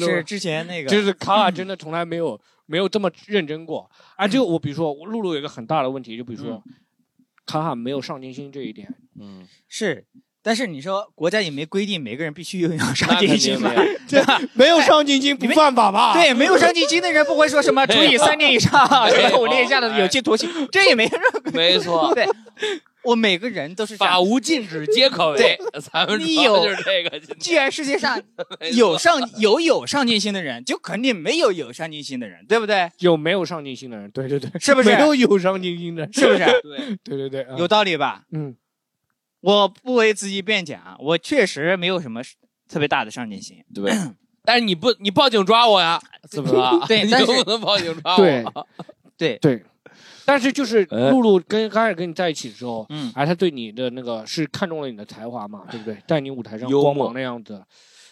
漏
是之 前那个，
就是卡卡真的从来没有没有这么认真过。啊，这个我比如说，我露露有一个很大的问题，就比如说。卡卡没有上进心这一点，
嗯，
是，但是你说国家也没规定每个人必须拥有
那
上
肯
进
定
心嘛
没，有，
对吧？
没有上进心不
你们
犯法吧？
对，没有上进心的人不会说什么处以三年以 上、
没有
什么五年以下
哎
的有期徒刑，这也没人。，
没错
对，我每个人都是这
法
样。
无禁止皆可为，咱们主
你
要
有
就是这个，
既然世界上
没错
有上有有上进心的人，就肯定没有有上进心的人，对不对？
有没有上进心的人？对对对，
是不是
没有有上进心的人？
是不是？
对对对，啊
有道理吧？
嗯
我不为自己辩解啊，我确实没有什么特别大的上进心。
对。但是你不，你报警抓我呀？怎么 了？
对
你
但
就是不能报警抓我。
对
对，
对，但是就是
哎
露露跟刚开始跟你在一起的时候，
嗯，
哎，他对你的那个是看中了你的才华嘛，对不对？在你舞台上
幽默
光芒的样子，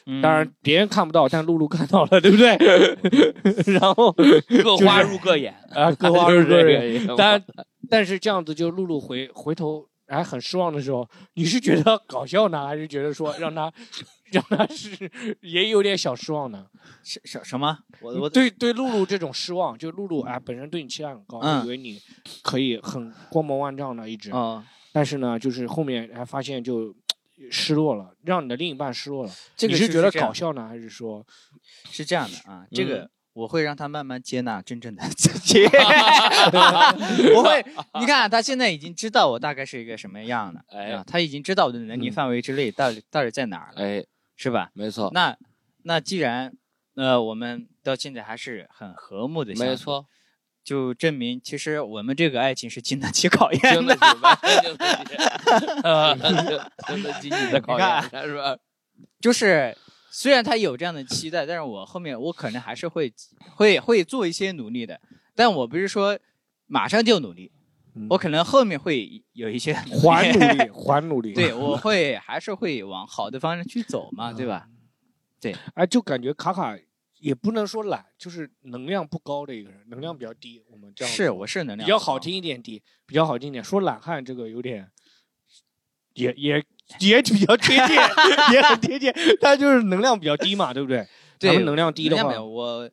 嗯
当然别人看不到，但露露看到了，对不对？ 然后
各花入各眼，
啊，各花入各眼。
眼
但但是这样子，就露露回回头还很失望的时候，你是觉得搞笑呢，还是觉得说让他让他是也有点小失望呢？
什什什么？我我
对对，露露这种失望，就露露啊，本身对你期待很高，
嗯
以为你可以很光芒万丈的一直，
哦，
但是呢，就是后面还发现就嘖失落了，让你的另一半失落了。
这个
你是觉得
这样
搞笑呢，还是说
是这样的啊，这
嗯
个我会让他慢慢接纳真正的 自己。我会，你看啊他现在已经知道我大概是一个什么样的，
哎
啊，他已经知道我的能力
嗯
范围之内到底到底在哪儿了，
哎，
是吧？
没错，
那那既然呃我们到现在还是很和睦的，
没，错，
就证明其实我们这个爱情是经得起考验
经得呃
的。
起，完全经得起， 经得起你的考验，是吧？
就是虽然他有这样的期待，但是我后面我可能还是会会会做一些努力的，但我不是说马上就努力，
嗯
我可能后面会有一些努力
还努力，还努力？
对，，我会还是会往好的方向去走嘛，对吧？
嗯哎，就感觉卡卡也不能说懒，就是能量不高的一个人，能量比较低。我们这样
是，
说
我是能量
比较好，听一点低，比较好听一点。说懒汉这个有点， 也也也比较贴切，也很贴切。他就是能量比较低嘛，对不对？咱
对
们能量低的
能量
话
表，我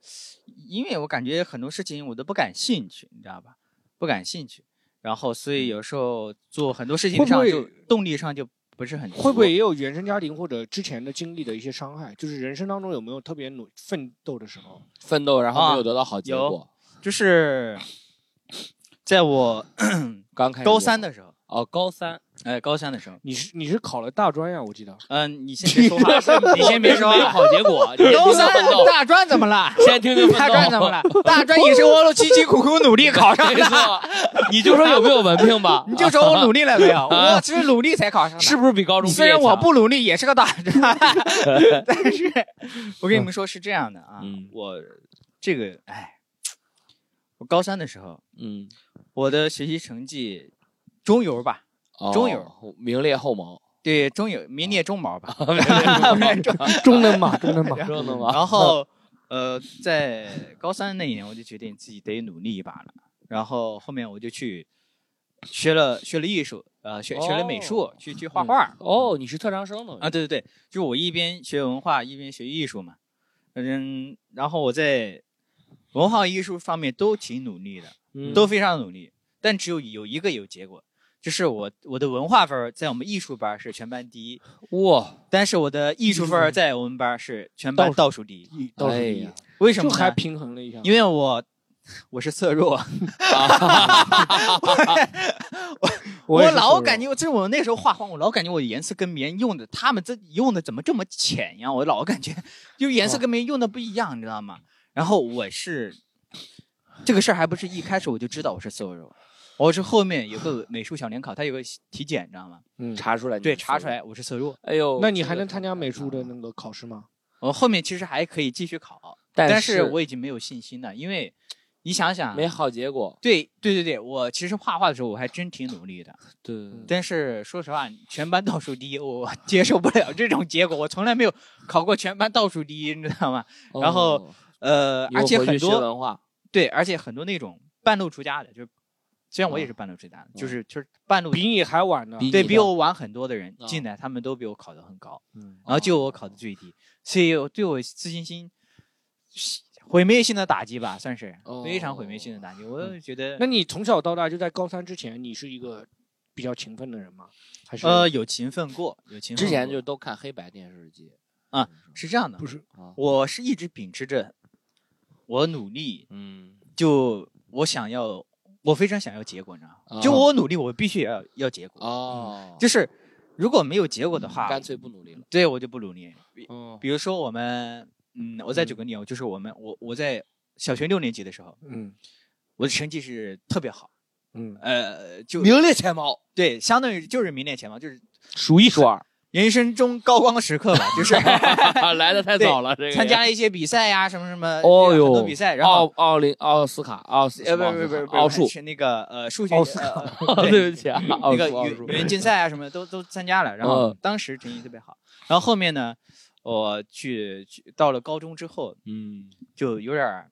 因为我感觉很多事情我都不感兴趣，你知道吧？不感兴趣，然后所以有时候做很多事情
嗯会不
上
会
就动力上就不是很足
会不会也有原生家庭或者之前的经历的一些伤害？就是人生当中有没有特别努奋斗的时候？
奋斗，然后没有
啊
得到好结
有
果。
就是在我
刚开始
高三的时候，
哦，高三
哎，高三的时候，
你是你是考了大专呀？我 记得
嗯，你先别说话，你先别说
没有
话。
好结果，你先听
高
听
三
奋斗，
大专怎么了？
先听听奋斗。
大专怎么了？ 大专也是我辛辛苦苦努力考上
没
的，
错，你就说有没有文凭吧，
你就说我努力了没 有？我只是努力才考上 的。
是不是比高中毕业
虽然我
强
不努力，也是个大 专，但 是我跟你们说是这样的啊，
嗯
我这个哎，我高三的时候，
嗯，
我的学习成绩中游吧，
哦
中游
名列后茅，
对中游， 名列中茅吧，
中等吧，中等吧。
知道吗？
然后呃，在高三那一年，我就决定自己得努力一把了，然后后面我就去学了学了艺术，呃，学学了美术
哦，
去去画画，
哦，你是特长生呢？
啊，对对对，就是我一边学文化一边学艺术嘛，嗯，然后我在文化艺术方面都挺努力的，
嗯
都非常努力，但只有有一个有结果，就是我我的文化分儿在我们艺术班儿是全班第一，
哇，
但是我的艺术分儿在我们班儿是全班倒数第一，
倒数
哎
第一
呀，
为什
就
么
还
呢？
平衡了一下。
因为我我是色弱，
我也是
老
瘦弱
感觉，就是我那时候画画，我老感觉我颜色跟别人用的，他们这用的怎么这么浅呀？我老感觉就颜色跟别人用的不一样，你知道吗？然后我是这个事儿还不是一开始我就知道我是瘦肉，我是后面有个美术小联考，它有个体检，你知道吗？
嗯，
查出来，
对，查出。来我是瘦弱。
哎呦，
那你还
这个嗯
能参加美术的那个考试吗？
我后面其实还可以继续考，
但
但
是
我已经没有信心了，因为你想想，
没好结果？
对对对对，我其实画画的时候我还真挺努力的。
对，
但是说实话，全班倒数第一，我 接受不了这种结果。我从来没有考过全班倒数第一，你知道吗？
哦
然后呃，
以后
而且
回去
很
学
多
文化，
对，而且很多那种半路出家的，就是虽然我也是半路出家的，就是就是半路
比你还晚呢。
嗯比
对
你
比
的
我晚很多的人
啊
进来，他们都比我考得很高，
嗯
然后就我考得最低，所以我对我自信心毁灭性的打击吧，算是
哦嗯
非常毁灭性的打击。我就觉得
那你从小到大就在高三之前，你是一个比较勤奋的人吗？还是
呃有勤奋过，有勤奋
之
过。
前就都看黑白电视剧
啊，是这样的
不，是？
啊，
我是一直秉持着我努力，
嗯，
就我想要，我非常想要结果，你知道
啊
吗？就我努力，我必须要要结果。
哦，
就是如果没有结果的话，
嗯干脆不努力了。
对我就不努力。比
哦，
比如说我们，嗯，我再举个例子，就是我们我我在小学六年级的时候，
嗯
我的成绩是特别好，
嗯，
呃，就
名列前茅，
对，相当于就是名列前茅，就是
数一 数二，
人生中高光时刻吧， 就是
来的太早了。这个
参加了一些比赛呀、什么什么，
哦
很多
哟
比赛，然后
奥奥林奥斯卡奥斯什
呃，
么奥
不
斯
不
卡
不不不，
奥数，
是那个呃数学
奥 数
呃
对不起啊，奥
那个
数奥
语
数
语言竞赛啊什么的都都参加了，然后
嗯
当时成绩特别好，然后后面呢，我去去到了高中之后
嗯，
就有点儿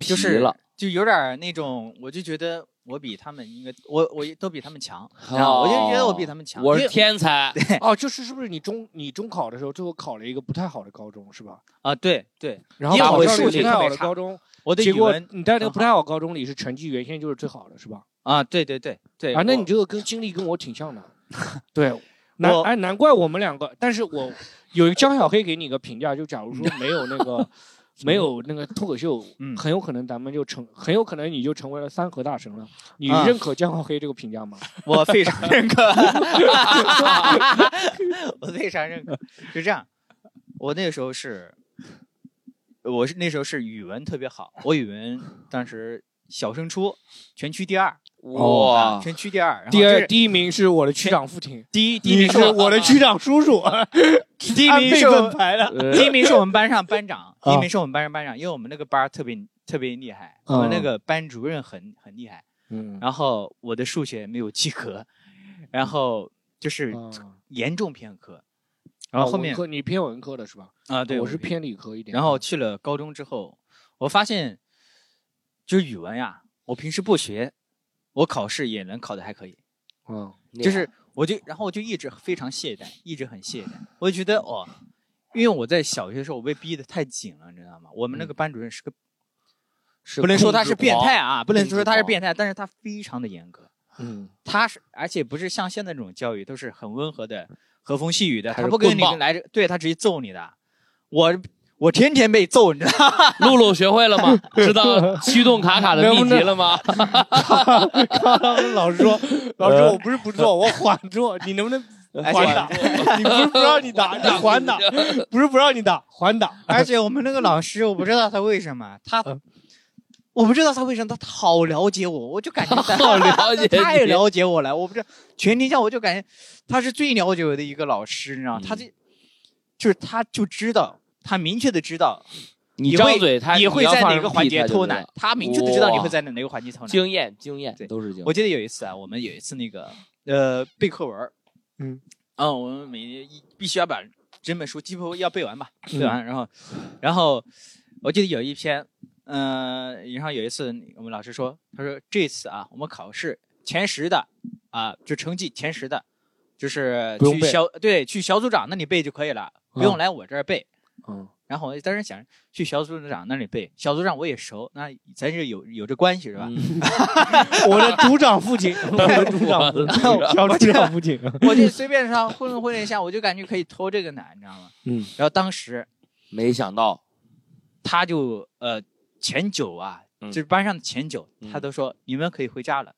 皮
就是
了，
就有点儿那种，我就觉得我比他们应该我我都比他们强，然后我就觉得我比他们强，
哦我
因
是
为
天 才，
哦，就是是不是你中你中考的时候，最后考了一个不太好的高中是吧？
啊对对，
然后
因为
考
我
上了一
数
个
学
不太
特别
好的
差
高中，
我的
结
语
果
文嗯
你在那个
很
不太好高中里是成绩原先就是最好的是吧？
啊对对对对
啊，那
我
你这个跟经历跟我挺像 的，对，难
我
哎难怪我们两个，但是我有一个江小黑给你一个评价，就假如说没有那 个没有那个脱口秀，
嗯
很有可能咱们就成，很有可能你就成为了三和大神了。你
啊
认可江小黑这个评价 吗？
我非常认可，我非常认可。是这样，我那个时候是，我是那时候是语文特别好，我语文当时小升初全区第二，啊
哇，
全区第二，然后
第
这
二
是
第一名是我的区长傅婷，
第一第一
你
名
是
是我
我的区长叔叔，
第一
按
名
辈
是
分
我
排的。
呃
第一名是我们班上 班长，
啊
第一名是我们班上班长，因为我们那个班儿特别特别厉害，我们那个班主任很很厉害，
嗯
然后我的数学没有及格，然后就是
啊
严重偏科，然后后面
文科你偏文科的是吧？
啊，对，
哦我是
偏。
偏理科一点。
然后去了高中之后，我发现就是语文呀，我平时不学，我考试也能考得还可以。
嗯，
就是我就然后我就一直非常懈怠，一直很懈怠。我就觉得哦，因为我在小学的时候我被逼得太紧了，你知道吗？我们那个班主任是个，
是
嗯不能说他是
控制
变
狂
态啊，不能
控制
说他是
狂
变态，但是他非常的严格。
嗯，
他是，而且不是像现在这种教育，都是很温和的、和风细雨的，
还
他
是
不跟
棍
你
棒
来这，对他直接揍你的。我我天天被揍，你知道吗？
露露学会了吗？知 道驱动卡卡的秘籍了吗？
老师 说，老师我不是不做， 我缓做，你能不能
而
还
且
打？你不是不让你 打，你还打，不是不让你打，还打。
而且我们那个老师，我不知道他为什么他。
嗯
我不知道他为什么，他好了解我，我就感觉 他
好了解你
太了解我了。我不知道全天下，我就感觉他是最了解我的一个老师，你知道吗？
嗯
他这就是他就知道，他明确的知道
你
会
张嘴，他
你会在哪
哪
个环节偷懒，，他明确的知道你会在哪哪个环节
他
偷懒
就。经验经验
对
都是经
我
验。
记得有一次啊，我们有一次那个呃背课文，
嗯，
啊，我们每一必须要把整本书几乎要背完吧，背
嗯
完，然后，然后我记得有一篇，嗯、然后有一次我们老师说，他说这次啊，我们考试前十的啊，就成绩前十的，就是
不用
去
背
小对去小组长那里背就可以了，不用来我这儿背。
嗯
然后我当时想去小组长那里背，小组长我也熟，那咱是有有这关系是吧？
嗯
我的组长父 亲，我的组长父亲，小组长父亲，
我就随便上混了混了一下，我就感觉可以偷这个奶，你知道吗？
嗯。
然后当时
没想到，
他就呃前九啊，
嗯
就是班上的前九，
嗯
他都说你们可以回家了，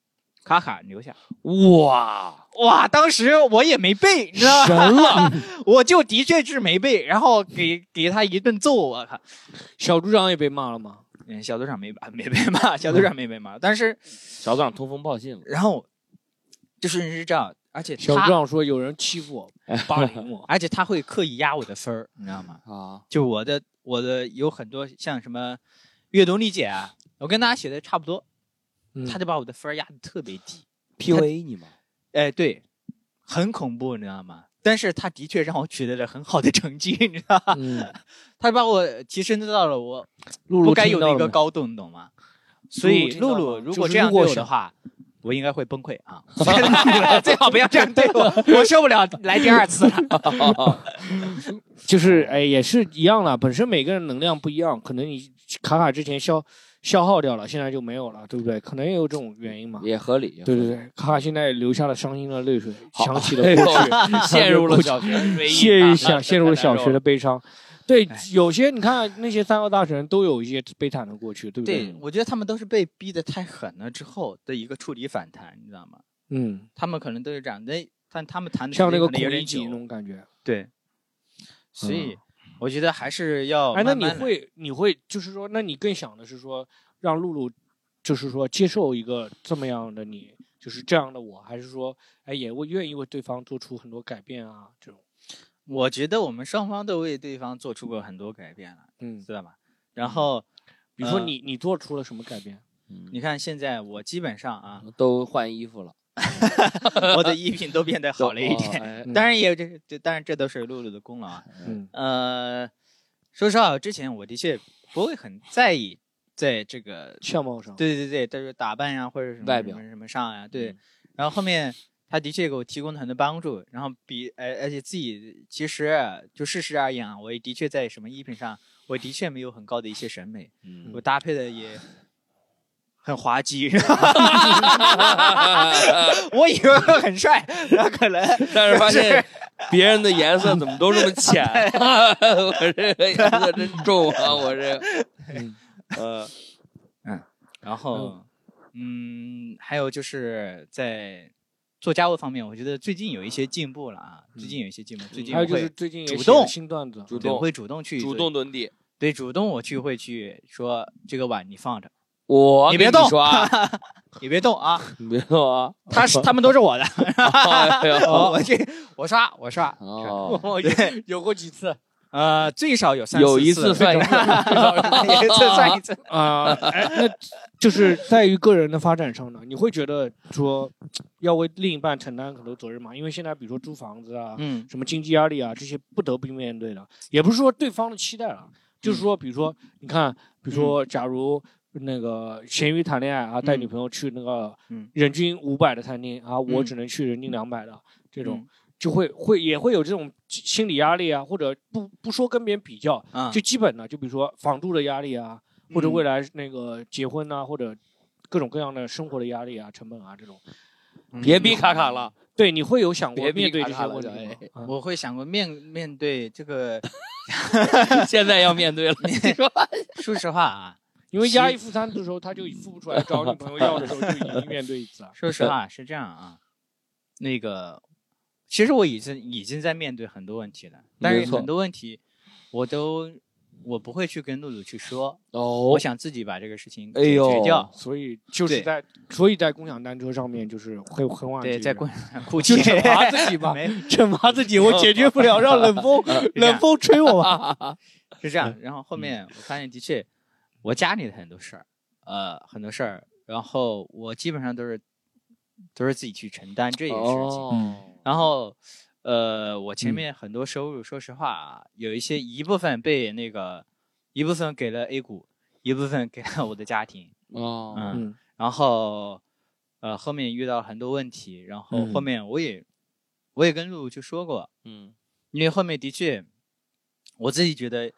卡卡留下。
哇，
哇，当时我也没背，你知道吗？
神了！
我就的确是没背，然后给给他一顿揍，我靠！
小组长也被骂了吗？
嗯，小组长没把没被骂，小组长没被骂，但是
小组长通风报信了，
然后就是是这样，而且
小组
他
长说有人欺负我，霸凌我。
而且他会刻意压我的分儿，你知道吗？
啊，
就我的我的有很多像什么阅读理解啊，我跟大家写的差不多，
嗯
他就把我的分儿压的特别低。
，PUA 你吗？
哎，对，很恐怖，你知道吗？但是他的确让我取得了很好的成绩， 你知道吗？
嗯，
他把我提升到了我
露
不
露
该有
听到
的
了
一个
吗
高度，你懂吗？所以
听到
露
了吗
露，如
就
果
是
这样
如果
对我的
想
话，我应该会崩溃 啊！最好不要这样对我，我受不了，来第二次
啊
了。
就是哎，也是一样的，本身每个人能量不一样，可能你卡卡之前消消耗掉了，现在就没有了，对不对？可能也有这种原因嘛。
也合理，
对对对，卡卡现在流下了伤心的泪水，
好
想起了
对，
过去。
陷入了小学唯
陷
一
啊
入小陷入了小学的悲伤。对，
哎
有些你看那些三个大神都有一些悲惨的过去，对不
对，我觉得他们都是被逼得太狠了之后的一个触底反弹，你知道吗？
嗯，
他们可能都是这样，但但他们谈的
像那
时间
个
可能
孔
有
乙
点
己那
久，
种感觉。
对，所以我觉得还是要
嗯哎，那
哦慢
你
慢来
会你会就是说，那你更想的是说让露露，就是说接受一个这么样的你，就是这样的我，还是说哎也会愿意为对方做出很多改变啊这种？
我觉得我们双方都为对方做出过很多改变了，
嗯，
知道吧？然后
比如说
呃
你你做出了什么改变？
你看现在我基本 上啊，
嗯都换衣服了，哦
我的衣品都变得好了一点，
点。
嗯
当然也有这这，当然这都是露露的功劳啊。
嗯
呃，说实话，之前我的确不会很在意在这个
相貌上，
对对对，他说打扮呀、或者什么
外表
什么什么上呀、对。
嗯
然后后面他的确给我提供了很多帮助，然后比而、而且自己其实就事实而言啊，我也的确在什么衣品上，我的确没有很高的一些审美，
嗯
我搭配的也。很滑稽， 我以为会很帅，然后可能
但是发现别人的颜色怎么都这么浅，啊我这个颜色真重啊！我这
嗯
呃，
然后，嗯，还有就是在做家务方面，我觉得最近有一些进步了啊，最近有一些进步，最近
嗯还有就
会
是最近也
主
写了
动
新段子，
主
对我
动
会主动去
主
做
动蹲地，
对，主动我去会去说这个碗你放着，
我
你
跟
别动
说啊，
你别动啊，
你别动啊！
他是他们都 是我的，
哎呦，
我去我刷我刷，
哦，
对，
有过几 次
呃，最少有三
有
四
一次算一次，
有一次 算一次，
啊、哎那就是在于个人的发展上呢，你会觉得说要为另一半承担很多责任嘛？因为现在比如说租房子啊，
嗯
什么经济压力啊，这些不得不面对的，也不是说对方的期待了，
嗯
就是说，比如说，你看，比如说，假如那个咸鱼谈恋爱啊，带
嗯
女朋友去那个
嗯
人均五百的餐厅啊，我
嗯
只能去人均两百的这种，就会会也会有这种心理压力啊，或者不不说跟别人比较，
啊
就基本的，就比如说房租的压力啊，或
嗯
者未来那个结婚呐、或者各种各样的生活的压力啊、成本啊这种，
嗯
别逼卡卡了，
对，你会有想过
别逼
面对
卡
这
卡
些
了
问题
就哎
吗？啊
我会想过面面对这个，
哎 现在要面 对了。你说
说实话啊，。
因为压一付三的时候，他就付不出 来，找女朋友要的时候就已经面对一次啊
说实话是这样啊，那个，其实我已经已经在面对很多问题了，但
没
是
错
很多问题我都我不会去跟露露去说，
哦
我，想自己把这个事情
哎
解
呦
决掉。
所 以就是
对
在，所以在共享单车上面就是会很晚
对，在过 哭
就
泣，哦
惩罚自己 吧，
没
惩罚自己，我解决不了， 让冷 风冷风吹我吧。
是这样。
嗯
然后后面我发现，的确，我家里的很多事儿，呃，很多事儿，然后我基本上都是都是自己去承担这些事情。
哦，
然后，呃，我
嗯
前面很多收入，说实话啊，有一些一部分被那个，一部分给了 A 股，一部分给了我的家庭，
哦，
嗯，
嗯
然后，呃，后面遇到很多问题，然后后
嗯
面我也、我也跟露露去说过，
嗯，
因为后面的确，我自己觉得，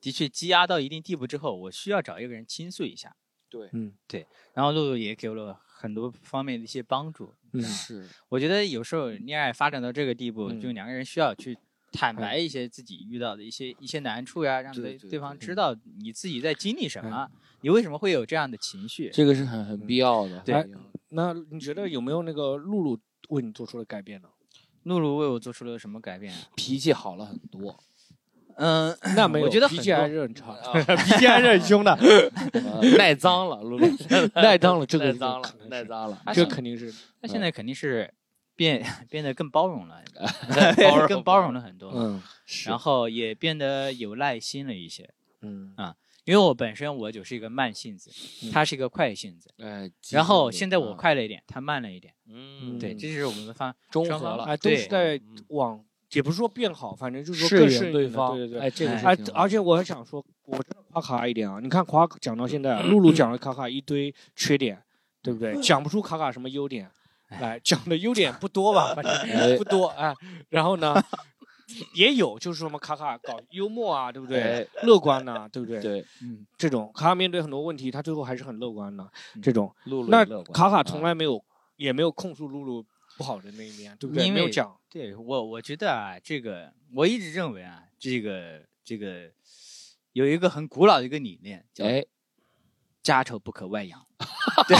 的确积压到一定地步之后，我需要找一个人倾诉一下。
对
嗯，
对。然后露露也给了我很多方面的一些帮助。
嗯
是，
我觉得有时候恋爱发展到这个地步，
嗯
就两个人需要去坦白一些自己遇到的一些一些难处呀，
嗯
让
对
对
对嗯
对方
对
知道你自己在经历什么，你为什么会有这样的情绪。
这个是很很必要的。
对
很必要的，
那你觉得有没有那个露露为你做出了改变 呢？
露露为我做出了什么改变啊？
脾气好了很多。
嗯，
那没有，
我觉得
脾
很
气
多嗯
还是很差，
啊
脾气还是很凶 的，
呃耐脏了，露露
耐脏了，这个
耐
是
脏了
肯，定
耐
是
脏了，哎
这肯定是
他现在肯定是变 变得更包容了，
包容
更包容了很多。
嗯
是
然后也变得有耐心了一些。
嗯
因为我本身我就是一个慢性子
嗯，
他是一个快性子，
哎，
然后现在我
嗯，
快了一点，他慢了一点，
嗯，
对，
嗯
这是我们的方
中
双
和
方
了，
哎，都是
对
在
嗯
往，也不是说变好，反正就是说
适
更
应
适应
对
的
方，
对对对。
哎，这个
哎
是
哎
挺，好
而且我还想说，我真的夸卡卡一点啊！你看夸讲到现在，啊露露讲了卡卡一堆缺点，对不对？讲不出卡卡什么优点，来讲的优点不多吧，反正
哎
不多哎。然后呢，也有就是什么卡卡搞幽默啊，对不对？乐观呐、对不对？
哎对，
嗯，
这种卡卡面对很多问题，他最后还是很乐观的。
嗯
这种
露露
那
也乐观
卡卡从
啊
来没有，也没有控诉露露不好的那一面，对不对？
因
没
为
有讲，
对我我觉得啊，这个我一直认为啊，这个这个有一个很古老的一个理念 叫
哎，
家丑不可外 扬。对，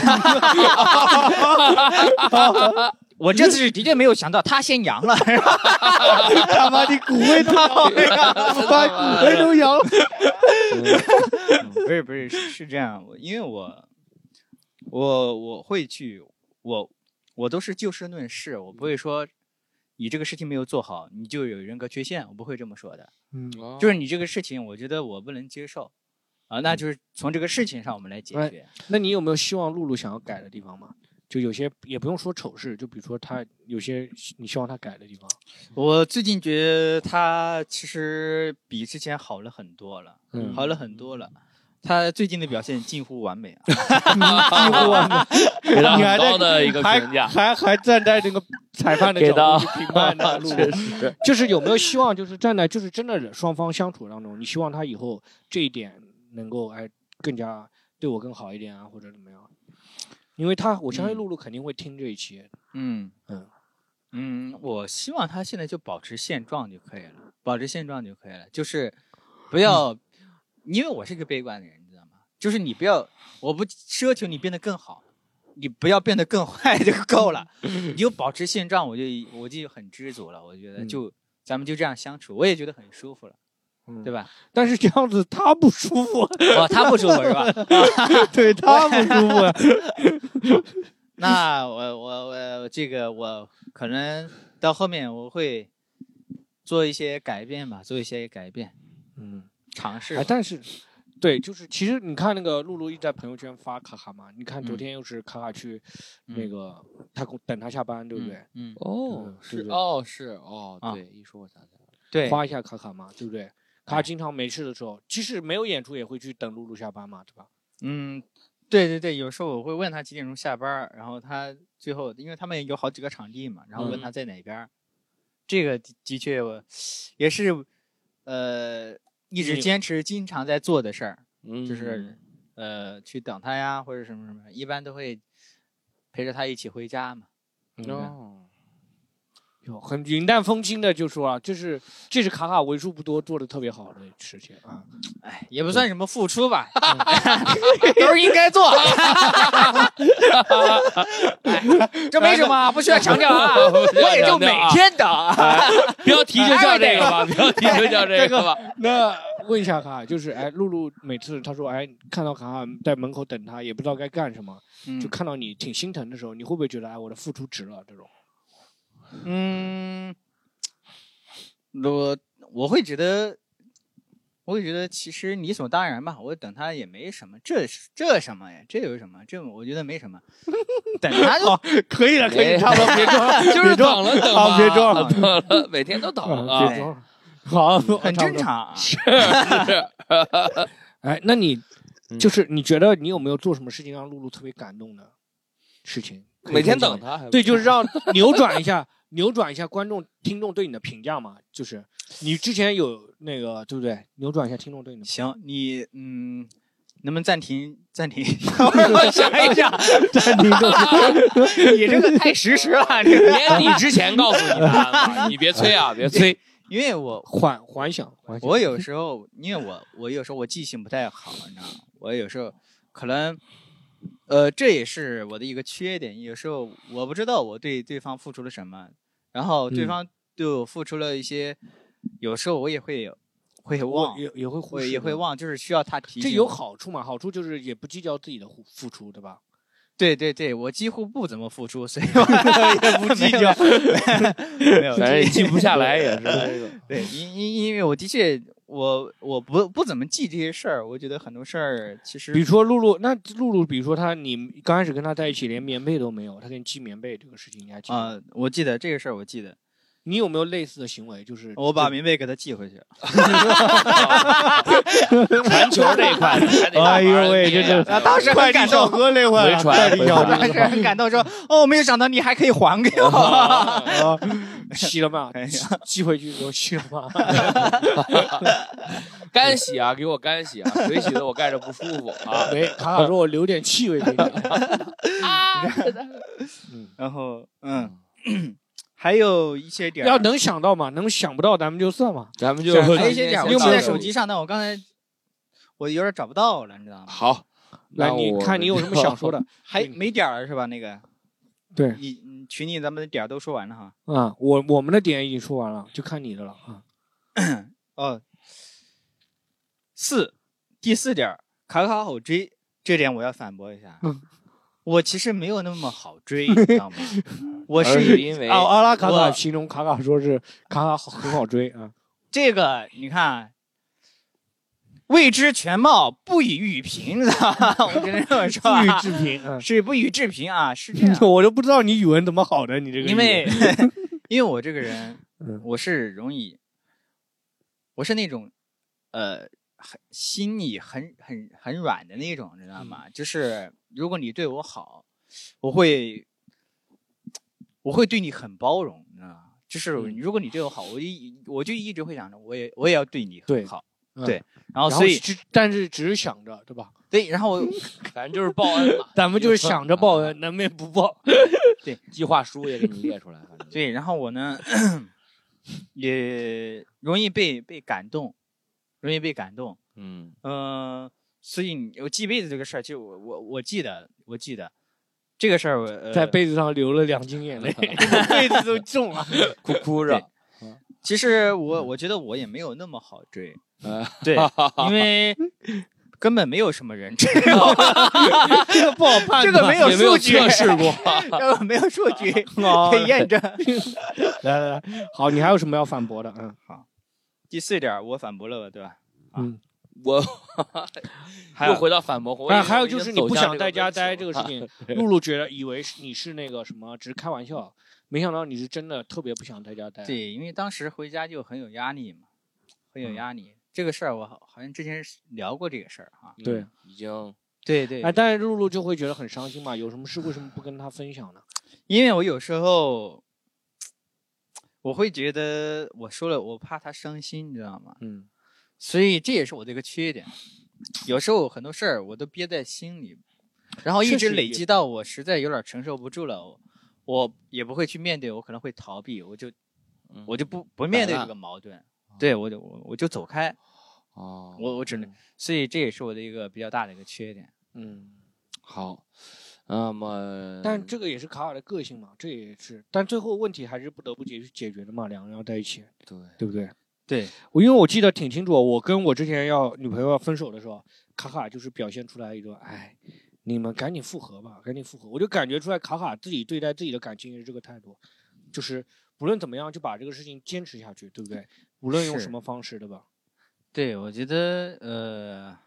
我这次是的确没有想到他先扬了，
他妈的骨灰他把骨灰都扬了。
不是不是是是这样，我因为我我我会去，我我都是就事论事，我不会说你这个事情没有做好，你就有人格缺陷，我不会这么说的。
嗯
就是是你这个事情，我觉得我不能接受啊，那就是从这个事情上我们来解
哎
决。
那你有没有希望露露想要改的地方吗？就有些也不用说丑事，就比如说他有些你希望他改的地方。
我最近觉得他其实比之前好了很多了，
嗯
好了很多了。他最近的表现近乎完美 啊！
几乎完给他很高的一个
还
评 价，
还还站在那个裁判的
给
角
到
度去评判 他露
确
露，
实，
就是有没有希望，就是站在就是真的双方相处当中，你希望他以后这一点能够哎更加对我更好一点啊，或者怎么样？因为他我相信
嗯
露露肯定会听这一期，
嗯
嗯
嗯，我希望他现在就保持现状就可以了，保持现状就可以了，就是不要，
嗯
因为我是个悲观的人，你知道吗？就是你不要，我不奢求你变得更好，你不要变得更坏就 够了，你就保持现状，我就我就很知足了。我觉得
嗯
就、咱们就这样相处，我也觉得很舒服了，
嗯
对吧？
但是这样子他不舒服，
哦，他不舒服是吧？
对他不舒服。啊
那我我我这个我可能到后面我会做一些改变吧，做一些改变，
嗯，
尝试吧。
哎，但是，对，就是其实你看那个露露一直在朋友圈发卡卡嘛，你看昨
嗯
天又是卡卡去
嗯
那个、他公等他下班，对不对？
嗯，嗯
哦
嗯，对
是
对
哦，是哦，
啊
对，一说我想起来了，
对，
夸一下卡卡嘛，对不对？卡卡
哎
经常没事的时候，即使没有演出也会去等露露下班嘛，对吧？
嗯，对对对，有时候我会问他几点钟下班儿，然后他最后因为他们有好几个场地嘛，然后
嗯
问他在哪边儿，这个的的确我也是，呃，一直
你
坚持经常在做的事儿，
嗯，
就是呃去等他呀，或者什么什么，一般都会陪着他一起回家嘛。
哦，
有很云淡风轻的就说啊，这是这是卡卡为数不多做的特别好的事情啊。
哎，也不算什么付出 吧，都是应该做。哎这没什么，不需要强调 啊。我也就每 天等啊。
标题就叫这个吧，标题就叫这个 吧。
那问一下卡卡，就是哎，露露每次她说哎，看到卡卡在门口等她，也不知道该干什么，
嗯
就看到你挺心疼的时候，你会不会觉得哎，我的付出值了这种？
嗯，我我会觉得，我会觉得其实理所当然吧。我等他也没什么，这是这什么呀？这有什么？这我觉得没 什么，等他
哦
就
可以了， 可
哎
以，差 不多，别装了，
哎就是
别
等
装
了等吧，
啊别装了
等了，每天都等
啊，
啊
别。装了。好，
嗯很
差不
正
多。
常啊。
哎，那你
嗯
就是你觉得你有没有做什么事情让露露特别感动的事情？可以
每天
分享一
等
下
他，
对，就是 让扭转一下，扭转一下观众、听众对你的评价嘛。就是你之前有那个，对不对？扭转一下听众对你的评
行，你嗯，能不能暂停暂停？我想 一想，
价。听众
你这个 太实时了，这个。
年底之前告诉你答案吧，你别催啊，别催。
因为我
缓缓想，缓想。
我有时候，因为我我有时候我记性不太好，你知道吗？我有时候可能，呃，这也是我的一个缺点。有时候我不知道我对对方付出了什么，然后对
嗯
方对我付出了一些，有时候我也会会
我
忘，
也也会忽
我
视，
也会。忘，就是需要他提
这
醒
有
我
好处嘛？好处就是也不计较自己的付付出，对吧？
对对对，我几乎不怎么付出，所以我也不计较。 没有，
反正
这
也记不下来，也 是这个。
对，因因因为我的确，我我不不怎么记这些事儿，我觉得很多事儿其
比如
实
说露露，那露露，比如说她，你刚开始跟她在一起，连棉被都没有，她给你寄棉被这个事情，你还记得吗？
啊、我记得这个事儿，我记得
你有没有类似的行为？就是
我把棉被给他寄回去。
传球这一块，还得
哎呦喂这这
啊当时很感动
喝那会
儿
儿啊
回传
快递小
回
哥
传
当时很感动，说：“哦，没有想到你还可以还给我。
啊，洗了吗？
哎呀
寄回去的时候洗了 吗？
干洗啊，给我干洗啊，水洗的我盖着不舒服 啊。
没，卡卡说我留点气味给你。嗯”
然后，嗯，还有一些点儿
要能想到嘛，能想不到咱们就算嘛。
咱们就
还有
还有一些点儿，我
用
记
不了
在手机上，但我刚才我有点找不到了，你知道吗？
好，
来，
那
你
我
看你有什么想说 的？
还没点儿了是吧？那个，
对
你你群里咱们的点儿都说完了哈。
啊，我我们的点已经说完了，就看你的了啊。
哦，四，第四点儿，卡卡好追，这点我要反驳一下。啊
嗯
我其实没有那么好 追，你知道吗？我
而
是啊
因为
哦，阿拉卡卡
我
形容卡卡说是卡卡好很好追 啊。
这个，你看，未知全貌，不以预评，你知道吗？ 我只能这么说、
不予
啊，！
置评啊。
是不以置评啊，是这样
我都不知道你语文怎么好的，你这个语
因
文
为 因为我这个人
嗯，
我是容易，我是那种，呃，很心里很很很软的那种，知道
嗯
吗？就是如果你对我好，我会我会对你很包容，你知道吗？就是
嗯
如果你对我好，我一我就一直会想着，我也我也要对你
对
很好，
嗯
对。然后
然后
所以
只但是只是想着，对吧？
对，然后我
反正就是报 恩嘛，
咱们就是想着报恩，难免不报。
计划书也给你列出来，反正
对，然后我呢， 也容易被被感动，容易被感动。
嗯，
嗯，所以你我记被子这个事儿，就我我我记得，我记得这个事儿我，呃、
在被子上流了两斤 眼泪，被子都重了。
哭哭着，
其实我我觉得我也没有那么好追，
呃
对，因为根本没有什么人追我，
这个不好判断，
这个没有
也没有
数据
测试 过，
根本没有数据
哦
可以验证。
来来来，好，你还有什么要反驳的？嗯，
第四点儿，我反驳了吧，对吧？
我
还
又
有
回到反驳。我以
哎，
为
还有就是你不想在家待这
这
个
个
事
问题
情， 露露觉得以为是你是那个什么，只是开玩笑，没想到你是真的特别不想在家待。，
对，因为当时回家就很有压力嘛，很有压力。这个事儿我好好像之前是聊过这个事儿哈。啊
了，
对
嗯已经
对对
哎，但是露露就会觉得很伤心嘛，有什么事为什么不跟她分享呢？
因为我有时候，我会觉得我说了，我怕他伤心，你知道吗？
嗯，
所以这也是我的一个缺点。有时候很多事儿我都憋在心里，然后一
确
直
实
累
有
积到我实在有点承受不住了，我我也不会去面对，我可能会逃避，我就
嗯
我就不不面对
摆烂
这个矛盾，对我就我我就走开，
哦，
我我只能，所以这也是我的一个比较大的一个缺点。
嗯，
好，那么
但这个也是卡尔的个性嘛，这也是，但最后问题还是不得不解解决的嘛，两个人要在一起，
对
对不对？
对，
我因为我记得挺清楚，啊我跟我之前要女朋友要分手的时候，卡卡就是表现出来一种，哎，你们赶紧复合吧，赶紧复合。我就感觉出来卡卡自己对待自己的感情也是这个态度，就是不论怎么样就把这个事情坚持下去，对不对？无论用
是
什么方式，对吧？
对我觉得呃，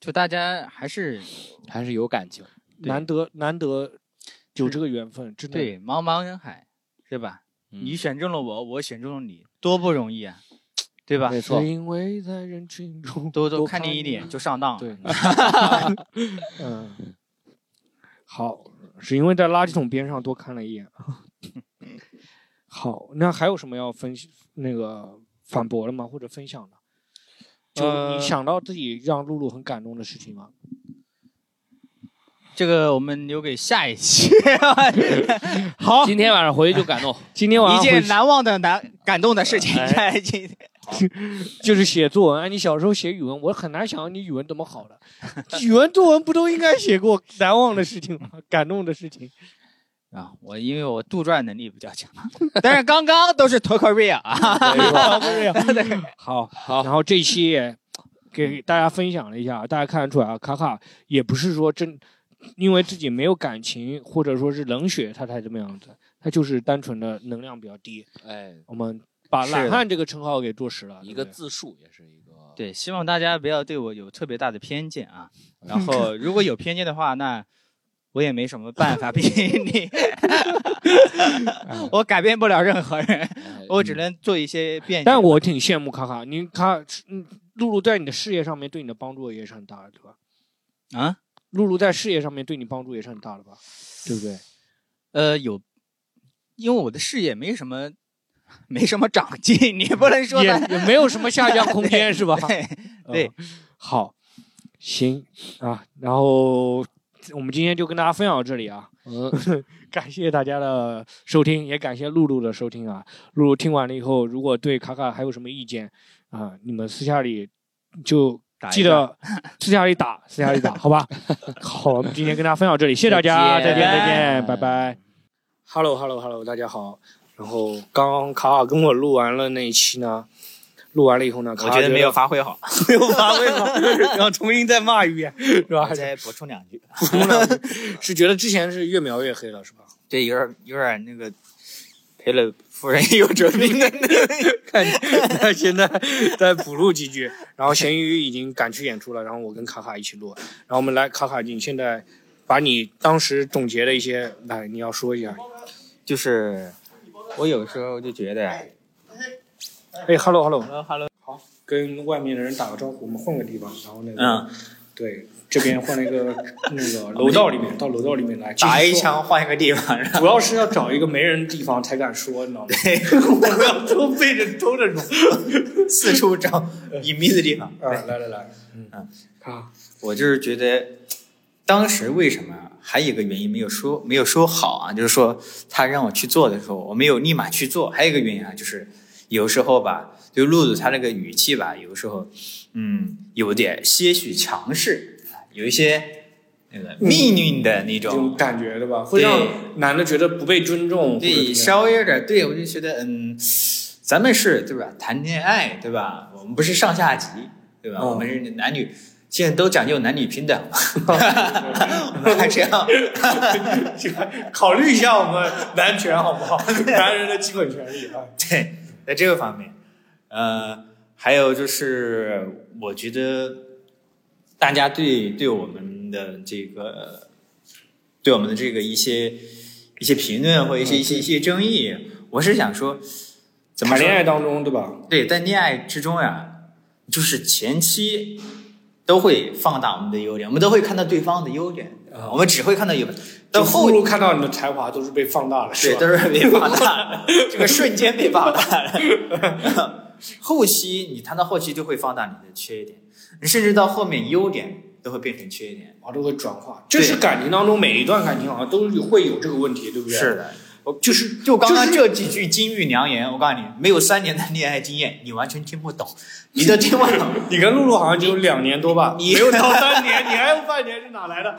就大家还是
还是有感情，
对
难得难得有这个缘分，真的。
对茫茫人海，是吧？
嗯
你选中了我，我选中了你，多不容易啊，对吧？
没错
是因为在人群中
多多
多啊
看你一眼就上当了。
对，嗯， 好，是因为在垃圾桶边上多看了一眼。 好，那还有什么要分析那个反驳的吗？或者分享的？就
呃
你想到自己让露露很感动的事情吗？
这个我们留给下一期，
好，
今天晚上回去就感 动，
今天晚
一
上回
件
去
难忘的难感动的事情。
哎
就是写作文。哎，你小时候写语文，我很难想象你语文怎么好的。语文作文不都应该写过难忘的事情吗？感动的事 情。
啊，我因为我杜撰能力比较强，啊但是刚刚都是 t o k o r e a 啊，
好，
哦
好
然后这一期也
嗯
给大家分享了一下，大家看得出来啊，卡卡也不是说真因为自己没有感情或者说是冷血，他才这么样子，他就是单纯的能量比较低。
哎，
我们把
是的
懒汉这个称号给坐实了，
一
啊对
个
不对
自述也是一个，
对，希望大家不要对我有特别大的偏见啊。然后如果有偏见的话，那我也没什么办法，毕竟你 我改变不了任何人，
哎
哦
我只能做一些辩解。
但我挺羡慕卡卡，您卡嗯，露露在你的事业上面对你的帮助也是很大的，对吧？
啊，
露露在事业上面对你帮助也是很大的吧，对不对？
呃，有，因为我的事业没什么，没什么长进，你不能说
嗯也
他
也没有什么下降空间，是吧？
对对
嗯，好，行啊，然后我们今天就跟大家分享到这里啊，
嗯
感谢大家的收听，也感谢露露的收听啊。露露听完了以后，如果对卡卡还有什么意见啊，你们私下里就
打一
记
个
得私下里打，私下里打，好 吧？好，我们今天跟大家分享到这里，谢谢大家，再
再
见，
见
再见，拜拜。Hello，Hello，Hello，大家好。然后刚刚卡卡跟我录完了那一期呢，录完了以后呢，卡卡
发挥好，
没有发挥好，然后重新再骂一遍，是吧？
补充两句，
补充两 句，是觉得之前是越描越黑了，是吧？
这有点有点那个赔了夫人又折兵的
看，那现在再补录几句。然后咸鱼已经赶去演出了，然后我跟卡卡一起录。然后我们来，卡卡，你现在把你当时总结的一些，来，你要说一下。
就是我有时候就觉得，
哎，hello hello，
哈喽，
跟外面的人打个招呼，我们换个地方，然后那个，
嗯，
对，这边换了一 个那个楼道里面，到楼道里面来继续
打一
说
枪换一个地方，然后
主要是要找一个没人的地方才敢说，你知道吗？ 我要偷背着偷着说。
四处找隐秘的地方。
啊，来来来，
嗯，
好，
我就是觉得，当时为什么还有一个原因没有说没有说好啊，就是说他让我去做的时候，我没有立马去做。还有一个原因啊，就是有时候吧，就露露他那个语气吧，有时候嗯有点些许强势，啊有一些那个命运的那
这
种
种感觉对吧？会
对
让男的觉得不被尊重，或者
对，
怎么样
稍微有点对，我就觉得，嗯，咱们是对吧？谈恋爱对吧？我们不是上下级对吧？
嗯
我们是男女，现在都讲究男女平等 嘛，我们还这样，
考虑一下我们男权好不 好？男人的基本权利。哎
对，在这个方面，呃，还有就是，我觉得大家对对我们的这个，对我们的这个一些一些评论或一些一些一些争议，我是想说，怎
嗯
么
谈
说
恋
呢
爱当中对吧？
对，在恋爱之中呀，就是前期都会放大我们的优点，我们都会看到对方的优点，
啊
我们只会看到有，
就
但后
呼噜看到你的才华都是被放大了，是
对，
吧？
都是被放大，这个瞬间被放大了。 后期你谈到后期就会放大你的缺点，你甚至到后面优点都会变成缺点。
我都会转化，这是感情当中每一段感情好像都会有这个问题，对不对？，
的，
就是
就刚刚
就是
这几句金玉良言，我告诉你，没有三年的恋爱经验，你完全听不 懂，你都听不懂。
你跟露露好像只有两年多吧，
你
没有到三年，你还有半年是哪来的？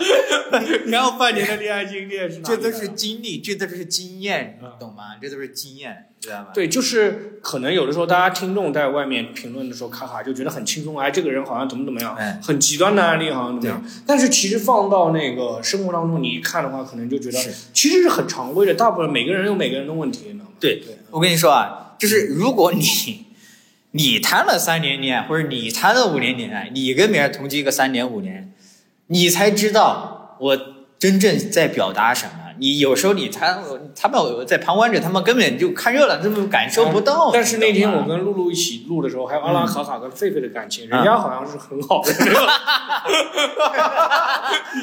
你还有半年的恋爱经验是哪
这
里来的？
都是经历，这都是经验，
嗯
你懂吗？这都是经验，知道吗？
对，就是可能有的时候大家听众在外面评论的时候，卡卡就觉得很轻松，哎，这个人好像怎么怎么样，
哎
很极端的案例好像怎么样。但是其实放到那个生活当中，你一看的话，可能就觉得
是
其实是很常规的，大部分每个人有每个人的问题，你知道吗？
对
对，
我跟你说啊，就是如果你 你谈了三年恋爱，或者你谈了五年恋爱，你跟别人同居个三年五年，你才知道我真正在表达什么。你有时候你谈他们在旁观者，他们根本就看热闹，根本感受不到。
哦但是那
你
天
懂吗
我跟露露一起录的时候，还有阿拉卡卡跟狒狒的感情，人
啊嗯
家好像是很好的。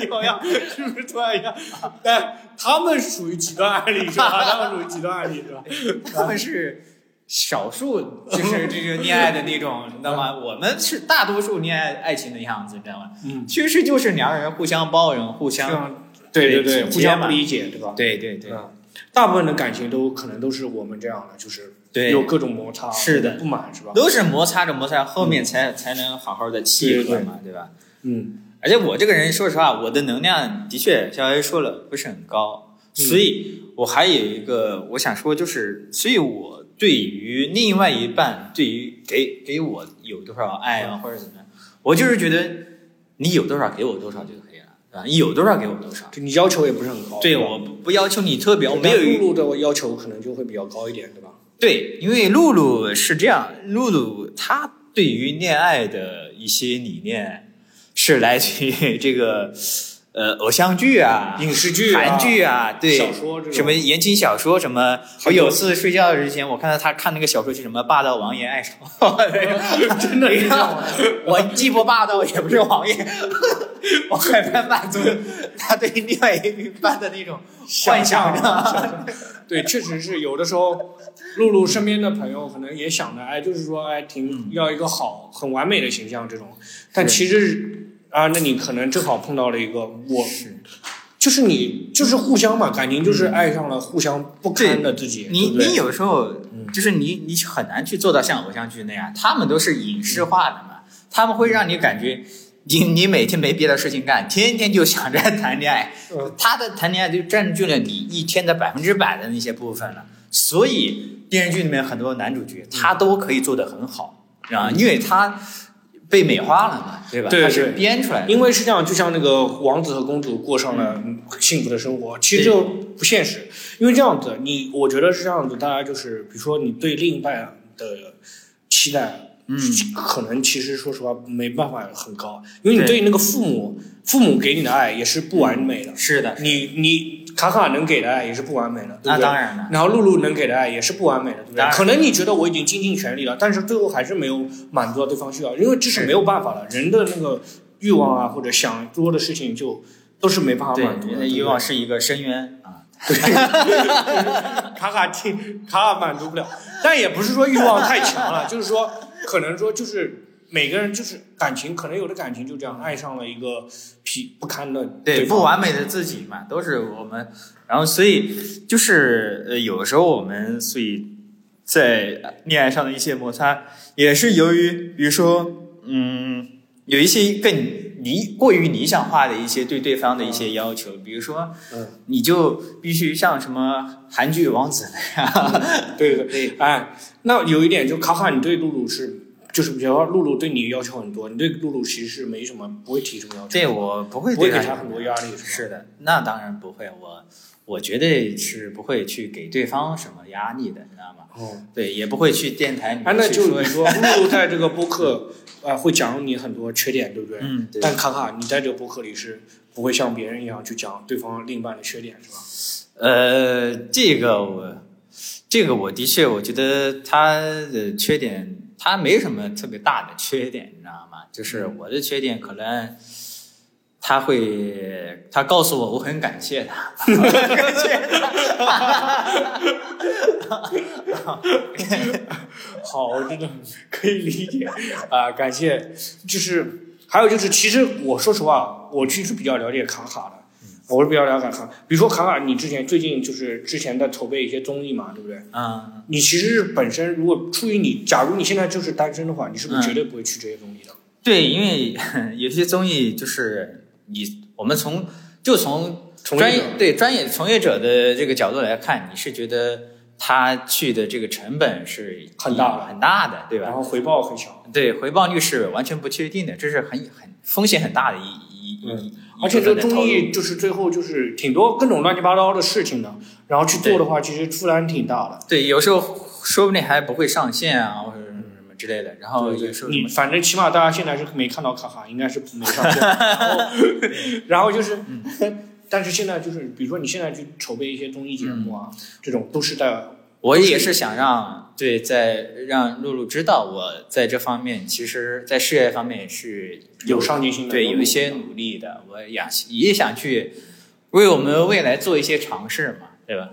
你好像是不是突然一下？但他们属于极端案例是吧？他们属于极端案例是吧？
他们是少数， 就是这个恋爱的那种，你知道吗？我们是大多数恋爱爱情的样子，你知道吗？
嗯，啊
其实就是两个人互相包容，互
这
相
样对对对，
对
互
直接
相
嘛
不理解对吧？
对对对
嗯大部分的感情都可能都是我们这样的，就是
对，
有各种摩擦，
是的
不满是吧？
都是摩擦着摩擦，后面才、才能好好的契合嘛，嗯对吧？
嗯，
而且我这个人，说实话，我的能量的确，小 A 说了不是很高，所以我还有一个我想说，就是，所以我对于另外一半，对于给给我有多少爱啊，或者怎么样，我就是觉得你有多少给我多少就可以了，对吧？你有多少给我多少，
就你要求也不是很高。
对
是吧
我不不要求你特别，我没
但
有一
露露的要求可能就会比较高一点，对吧？
对，因为露露是这样，露露她对于恋爱的一些理念是来自于 这个呃偶像剧啊、
影视剧、
韩剧啊，对，
小说这种
什么言情小说什么。我有次睡觉之前，我看到她看那个小说，是什么《霸道王爷爱上我》 真的是这样。我既不霸道，也不是王爷， 我还蛮满足她对另外一半的那种幻想啊呢。
对，确实是有的时候，露露身边的朋友可能也想着，哎，就是说，哎，
嗯
挺要一个好、很完美的形象这种，但其实啊，那你可能正好碰到了一个我，就是你就是互相嘛，感情就是爱上了互相不堪的自己，
嗯你
对不对
你有时候
嗯
就是你你很难去做到像偶像剧那样，他们都是影视化的嘛，他们会让你感
嗯
觉你你每天没别的事情干，天天就想着谈恋爱，
嗯
他的谈恋爱就占据了你一天的百分之百的那些部分了，所以电视剧里面很多男主
嗯
角他都可以做得很好啊，因为他被美化了嘛，对吧？
对
他是
对
编出来的，
因为是这样，就像那个王子和公主过上了
嗯
幸福的生活，其实就不现实。因为这样子，你我觉得是这样子，大家就是比如说你对另一半的期待，
嗯，
可能其实说实话没办法很高，因为你对
对嗯
那个父母，父母给你的爱也是不完美的，
是的，
你你卡卡能给的爱也是不完美的，对
那
不对？
啊当然了，
然后露露能给的爱也是不完美的，对不
当
对？
然
可能你觉得我已经尽尽全力了，但是最后还是没有满足到对方需要，因为这是没有办法了，人的那个欲望啊，或者想做的事情就都是没办法
对
满足，
人
的。
的欲
对不对
望是一个深渊啊。
卡卡听卡卡满足不了，但也不是说欲望太强了，就是说可能说就是每个人就是感情，可能有的感情就这样爱上了一个皮不堪的
对
方
不完美的自己嘛，都是我们。然后，所以就是呃，有时候我们所以在恋爱上的一些摩擦，也是由于比如说，嗯，有一些更理过于理想化的一些对对方的一些要求，比如说，
嗯，
你就必须像什么韩剧王子那样，
对对
对，
哎，那有一点就卡卡，你对露露是，就是比如说露露对你要求很多，你对露露其实是没什么，不会提什么要求，
这我不会
不会
对
给
他
她很多压力，是吧
是的，那当然不会，我我绝对是不会去给对方什么压力的，你知道吗？
哦，
对，也不会去电台里
哎，
面
那
去
就
嗯说
你。说露露在这个播客啊、呃会讲你很多缺点，对不对？
嗯，对。
但卡卡，你在这个播客里是不会像别人一样去讲对方另一半的缺点，是吧？
呃，这个我，这个我的确，我觉得他的缺点，他没什么特别大的缺点，你知道吗？就是我的缺点可能，他会他告诉我我很感谢他，感谢他，
好，真的 可以理解啊、感谢。就是还有就是，其实我说实话，我其实比较了解卡卡的，
嗯
我是比较了解卡卡。比如说卡卡，你之前最近就是之前在筹备一些综艺嘛，对不对？
嗯，
你其实是本身如果出于你，假如你现在就是单身的话，你是不是
嗯
绝对不会去这些综艺的？
对，因为 有些综艺就是你我们从就从
从
专
业
业
者
对专业从业者的这个角度来看，你是觉得他去的这个成本是
很大的
很大的，对吧？
然后回报很小，
对，啊回报率是完全不确定的，这是很很风险很大的一一一一，
嗯而且这个综
一部分的投入
艺就是最后就是挺多各种乱七八糟的事情的，然后去做的话，其实负担挺大的。
对，有时候说不定还不会上线啊，或者什么什么之类的。然后有哦时候什
你
么
反正起码大家现在是没看到卡卡，应该是没 上线。然后，然后就是，
嗯
但是现在就是，比如说你现在去筹备一些综艺节目
嗯
啊，这种都是在
我也是想让对，在让露露知道我在这方面，其实在事业方面是
有上进心的，
对有一些努力的。我也也想去为我们未来做一些尝试嘛，对吧？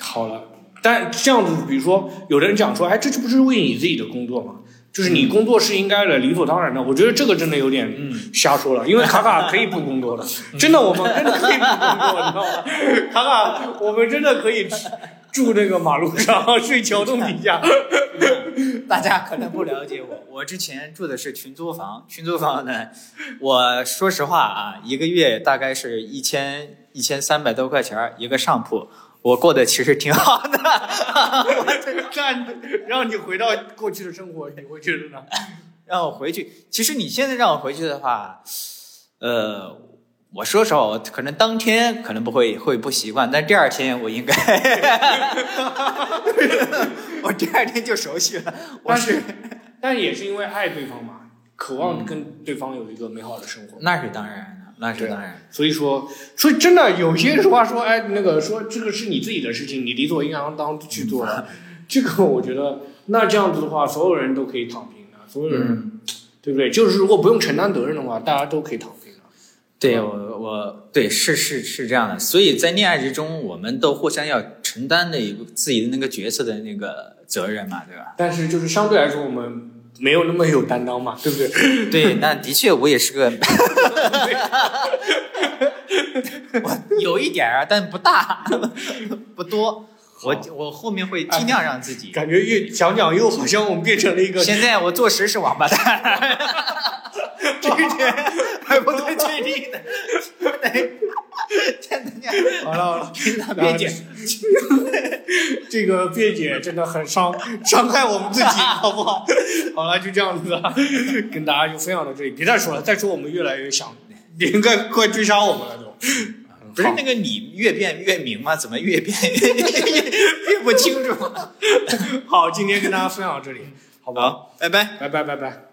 好了，但这样子，比如说，有的人讲说，哎，这这不是为你自己的工作吗？就是你工作是应该的，理所当然的。我觉得这个真的有点
嗯，
瞎说了，因为卡卡可以不工作的，真的，我们真的可以不工作，你知道吗？ 卡卡，我们真的可以住那个马路上， 睡桥洞底下。
大家可能不了解我， 我之前住的是群租房，群租房呢，我说实话啊，一个月大概是一千一千三百多块钱儿一个上铺，我过得其实挺好的。
但让你回到过去的生活，你会觉得 呢？
让我回去，其实你现在让我回去的话，呃，我说实话，我可能当天可能不会会不习惯，但第二天我应该， 我第二天就熟悉了。我是
但也是因为爱对方嘛，渴望跟对方有一个美好的生活。
那是当然的，那是当然的。
所以说，所以真的有些话说，哎，那个说这个是你自己的事情，你理所应当当去 做的。这个我觉得，那这样子的话，所有人都可以躺平的，所有人、
嗯，
对不对？就是如果不用承担责任的话，大家都可以躺平的。
对我我对是是是这样的，所以在恋爱之中，我们都互相要承担的一个自己的那个角色的那个责任嘛，对吧？
但是就是相对来说，我们没有那么有担当嘛，对不对？
对，那的确我也是个，我有一点儿啊，但不大，不多。我我后面会尽量让自己。
感觉越讲讲又好像我们变成了一个
现在我坐实是王八蛋，这一点还不太确定呢。天哪，
好了好了，
别剪，
这个辩解真的很伤伤害我们自己，好不好？好了，就这样子啊，跟大家就分享到这里，别再说了，再说我们越来越想，你应该快追杀我们了都。
不是那个你越变越明吗？怎么越变越 越越不清楚？
好，今天跟大家分享到这里，好不好？
好，拜拜。
拜拜拜拜。